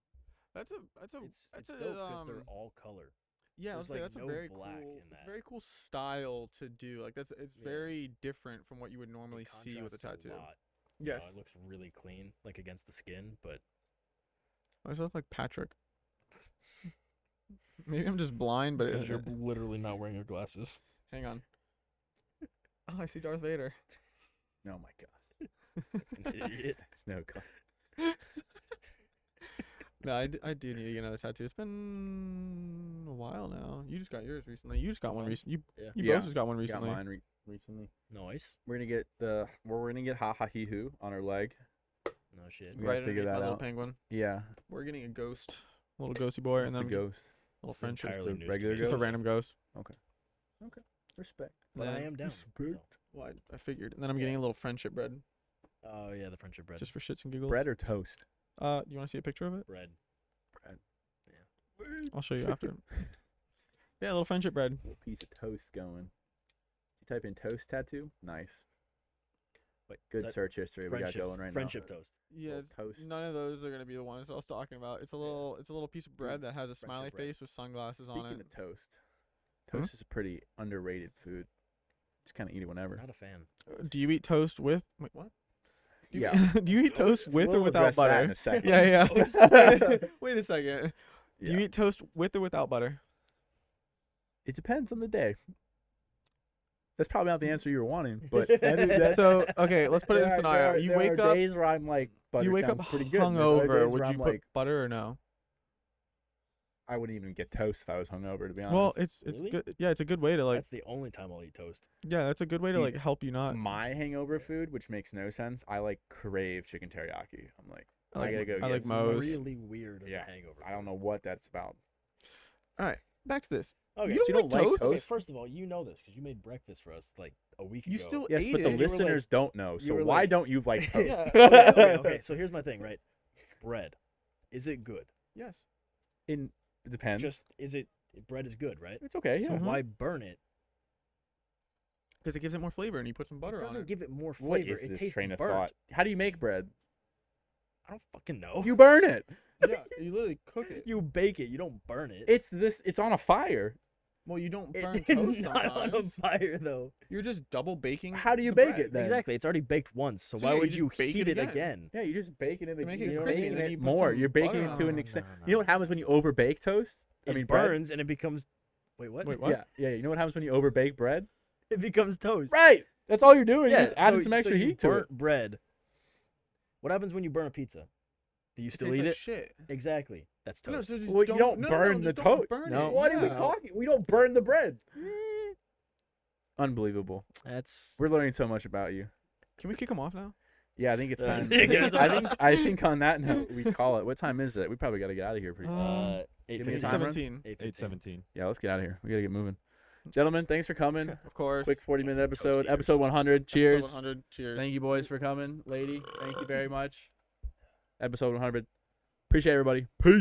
Speaker 2: That's a that's a
Speaker 3: It's
Speaker 2: that's
Speaker 3: it's
Speaker 2: a
Speaker 3: dope because
Speaker 2: um,
Speaker 3: they're all color.
Speaker 2: Yeah, I was
Speaker 3: There's,
Speaker 2: say
Speaker 3: like,
Speaker 2: that's a
Speaker 3: no
Speaker 2: very
Speaker 3: black
Speaker 2: cool.
Speaker 3: in
Speaker 2: It's
Speaker 3: that.
Speaker 2: a very cool style to do. Like that's it's
Speaker 3: Yeah.
Speaker 2: very different from what you would
Speaker 3: It
Speaker 2: normally see with a
Speaker 3: contrasts
Speaker 2: tattoo.
Speaker 3: lot, you know,
Speaker 2: yes,
Speaker 3: it looks really clean, like against the skin,
Speaker 2: <laughs>
Speaker 3: but
Speaker 2: I just look like
Speaker 3: <laughs>
Speaker 2: Patrick. Maybe I'm just blind, but
Speaker 3: <laughs>
Speaker 2: it,
Speaker 3: you're
Speaker 2: it-
Speaker 3: literally not wearing your glasses.
Speaker 2: hang on. Oh, I see Darth Vader.
Speaker 1: No, Oh my God,
Speaker 3: Idiot.
Speaker 1: it's no. co-
Speaker 2: no, I, d- I do need to get another tattoo. It's been a while now. You just got yours recently. You just got one
Speaker 3: Well,
Speaker 2: recently. You,
Speaker 3: yeah.
Speaker 2: you
Speaker 1: Yeah,
Speaker 2: both just got one
Speaker 1: Got
Speaker 2: recently.
Speaker 1: mine re- recently.
Speaker 3: Nice.
Speaker 1: We're gonna get the. We're, we're gonna get ha ha hee hoo on our leg.
Speaker 3: No shit.
Speaker 1: We gotta
Speaker 2: Right
Speaker 1: figure
Speaker 2: underneath my
Speaker 1: that
Speaker 2: little
Speaker 1: out.
Speaker 2: penguin.
Speaker 1: Yeah,
Speaker 2: We're getting a ghost, little ghosty boy,
Speaker 1: that's
Speaker 2: and
Speaker 1: the
Speaker 2: then
Speaker 1: ghost.
Speaker 2: little
Speaker 3: It's
Speaker 2: friendship.
Speaker 3: entirely
Speaker 1: a
Speaker 3: news to
Speaker 1: regular
Speaker 3: me.
Speaker 2: Just a
Speaker 1: ghost.
Speaker 2: random ghost.
Speaker 1: Respect.
Speaker 3: But I
Speaker 2: Then-
Speaker 3: am down. so-
Speaker 2: Well, I, I figured. And then I'm getting a little friendship bread
Speaker 3: Oh yeah, the friendship bread.
Speaker 2: just for shits and giggles.
Speaker 1: Bread or toast?
Speaker 2: Uh, you want to see a picture of it?
Speaker 3: bread.
Speaker 2: I'll show <laughs> you after. yeah, a little friendship bread.
Speaker 1: Little piece of toast going. You type in toast tattoo. Nice.
Speaker 3: Wait,
Speaker 1: Good
Speaker 3: that-
Speaker 1: search history we got
Speaker 3: friendship-
Speaker 1: going right
Speaker 3: Friendship toast.
Speaker 2: Yeah,
Speaker 1: Little
Speaker 2: it's,
Speaker 1: toast.
Speaker 2: none of those are gonna be the ones I was talking about. It's a little, it's a little piece of bread that has a smiley
Speaker 3: bread.
Speaker 2: face with
Speaker 1: now.
Speaker 2: sunglasses on
Speaker 1: Speaking
Speaker 2: it.
Speaker 1: of toast,
Speaker 2: Hmm?
Speaker 1: toast is a pretty underrated food. Just kind of eat it whenever.
Speaker 3: Not a fan.
Speaker 2: Uh, Do you eat toast with? Wait, what? Do you,
Speaker 1: Yeah.
Speaker 2: do you eat toast <laughs> with
Speaker 1: We'll
Speaker 2: or without
Speaker 1: address that in
Speaker 2: butter?
Speaker 1: a second.
Speaker 2: <laughs> Yeah,
Speaker 1: <laughs>
Speaker 2: yeah. <laughs>
Speaker 1: Toast.
Speaker 2: Wait a second. Do
Speaker 1: Yeah.
Speaker 2: you eat toast with or
Speaker 1: <laughs>
Speaker 2: without butter?
Speaker 1: It depends on the day. That's probably not the answer you were wanting, but that is, that,
Speaker 2: So okay, let's put it
Speaker 1: there
Speaker 2: in a
Speaker 1: are-
Speaker 2: scenario.
Speaker 1: there are-
Speaker 2: you
Speaker 1: there
Speaker 2: wake
Speaker 1: are
Speaker 2: up,
Speaker 1: days where I'm like, butter
Speaker 2: you wake up
Speaker 1: sounds pretty good. and there's other
Speaker 2: hungover.
Speaker 1: days
Speaker 2: Would
Speaker 1: where
Speaker 2: you
Speaker 1: I'm
Speaker 2: put
Speaker 1: like,
Speaker 2: butter or no?
Speaker 1: I wouldn't even get toast if I was hungover, to be honest.
Speaker 2: Well, it's it's
Speaker 3: Really?
Speaker 2: good. Yeah, it's a good way to like.
Speaker 3: That's the only time I'll eat toast.
Speaker 2: yeah, that's a good way to
Speaker 1: Dude,
Speaker 2: like help you not.
Speaker 1: my hangover food, which makes no sense. I like crave chicken teriyaki. I'm like,
Speaker 2: I
Speaker 1: I,
Speaker 2: like
Speaker 1: gotta
Speaker 2: m-
Speaker 1: go
Speaker 2: I
Speaker 1: get
Speaker 2: like
Speaker 1: some
Speaker 2: Moe's.
Speaker 3: Really weird as
Speaker 1: Yeah,
Speaker 3: a hangover.
Speaker 1: I don't know what that's about.
Speaker 2: Back to this.
Speaker 3: Okay.
Speaker 2: You
Speaker 1: so
Speaker 2: don't like toast?
Speaker 3: Okay, first of all, you know this because you made breakfast for us like a week
Speaker 2: You
Speaker 3: ago.
Speaker 2: still
Speaker 1: Yes,
Speaker 2: ate
Speaker 1: but the
Speaker 2: it.
Speaker 3: You were like-
Speaker 1: listeners don't know. So
Speaker 3: were
Speaker 1: why
Speaker 3: like-
Speaker 1: don't you
Speaker 3: <laughs>
Speaker 1: like <laughs> toast?
Speaker 3: Yeah, okay, okay, okay, so here's my thing, right? Bread, is it good?
Speaker 2: Yes.
Speaker 1: In it depends.
Speaker 3: Just is it bread is good, right?
Speaker 1: it's okay. Yeah.
Speaker 3: So
Speaker 2: Mhm.
Speaker 3: why burn it?
Speaker 2: Because it gives it more flavor, and you put some
Speaker 3: It
Speaker 2: butter on
Speaker 3: doesn't
Speaker 2: it.
Speaker 3: give it more
Speaker 1: what
Speaker 3: flavor.
Speaker 1: is
Speaker 3: it
Speaker 1: this
Speaker 3: tastes
Speaker 1: train of
Speaker 3: burnt.
Speaker 1: thought? How do you make bread?
Speaker 3: I don't fucking know.
Speaker 1: You burn it.
Speaker 2: yeah,
Speaker 1: <laughs>
Speaker 2: you literally cook it.
Speaker 3: you bake it. You don't burn it.
Speaker 1: It's this. It's on a fire.
Speaker 2: well, you
Speaker 1: <laughs>
Speaker 2: don't
Speaker 3: It-
Speaker 2: burn
Speaker 3: <laughs> it's
Speaker 2: toast
Speaker 3: not on a
Speaker 2: sometimes.
Speaker 3: fire though.
Speaker 2: You're just double baking.
Speaker 1: How do you
Speaker 2: the
Speaker 1: bake
Speaker 2: bread.
Speaker 1: it then?
Speaker 3: Exactly. It's already baked once, so,
Speaker 2: So
Speaker 3: why
Speaker 2: yeah, you
Speaker 3: would
Speaker 2: just
Speaker 3: you
Speaker 2: bake
Speaker 3: heat
Speaker 2: it
Speaker 3: it
Speaker 2: again.
Speaker 3: again?
Speaker 1: Yeah, you're just baking it.
Speaker 2: To make it
Speaker 1: you're
Speaker 2: crispy,
Speaker 1: baking
Speaker 2: then
Speaker 1: it
Speaker 2: you put
Speaker 1: more.
Speaker 2: some
Speaker 1: You're baking
Speaker 2: butter
Speaker 1: it to
Speaker 2: on
Speaker 1: an
Speaker 5: Oh,
Speaker 2: it.
Speaker 1: extent.
Speaker 3: No, no,
Speaker 1: You know what
Speaker 3: no.
Speaker 1: happens when you overbake toast? I
Speaker 3: It
Speaker 1: mean, bread?
Speaker 3: burns and it becomes. Wait, what?
Speaker 2: Wait, what?
Speaker 1: Yeah, yeah. You know what happens when you overbake bread?
Speaker 3: <laughs> It becomes toast.
Speaker 1: Right. That's all you're doing.
Speaker 3: Yeah,
Speaker 1: you're just adding
Speaker 3: so-
Speaker 1: some
Speaker 3: so
Speaker 1: extra
Speaker 3: you
Speaker 1: heat to it.
Speaker 3: burnt bread. What happens when you burn a pizza? Do you
Speaker 2: It
Speaker 3: still
Speaker 2: tastes
Speaker 3: eat
Speaker 2: like
Speaker 3: it?
Speaker 2: Shit.
Speaker 3: Exactly. That's toast.
Speaker 2: No, so just
Speaker 1: Well, you
Speaker 2: don't,
Speaker 1: don't
Speaker 2: no, no, no,
Speaker 1: burn the
Speaker 2: just don't
Speaker 1: toast.
Speaker 2: burn
Speaker 3: No.
Speaker 2: it,
Speaker 1: What are we
Speaker 2: yeah.
Speaker 1: talking? We don't burn the bread. Unbelievable.
Speaker 3: That's
Speaker 1: We're learning so much about you.
Speaker 2: Can we kick him off now?
Speaker 1: Yeah, I think it's
Speaker 3: Uh,
Speaker 1: time.
Speaker 3: yeah,
Speaker 1: I think,
Speaker 3: it's
Speaker 1: I
Speaker 3: all
Speaker 1: think I think on that note we call it. What time is it? We probably got to get out of here pretty soon.
Speaker 3: uh, eight
Speaker 1: give me a
Speaker 3: fifteen.
Speaker 1: time run?
Speaker 2: Seventeen.
Speaker 5: Eight seventeen.
Speaker 1: yeah, let's get out of here. We got to get moving. Gentlemen, thanks for
Speaker 2: <laughs>
Speaker 1: coming.
Speaker 2: Of course.
Speaker 1: Quick 40 minute episode,
Speaker 3: Toasty
Speaker 1: episode
Speaker 3: ears.
Speaker 1: 100. Cheers.
Speaker 2: Hundred. Cheers.
Speaker 1: Thank you boys for coming. Lady, thank you very much. Episode 100. Appreciate everybody. Peace.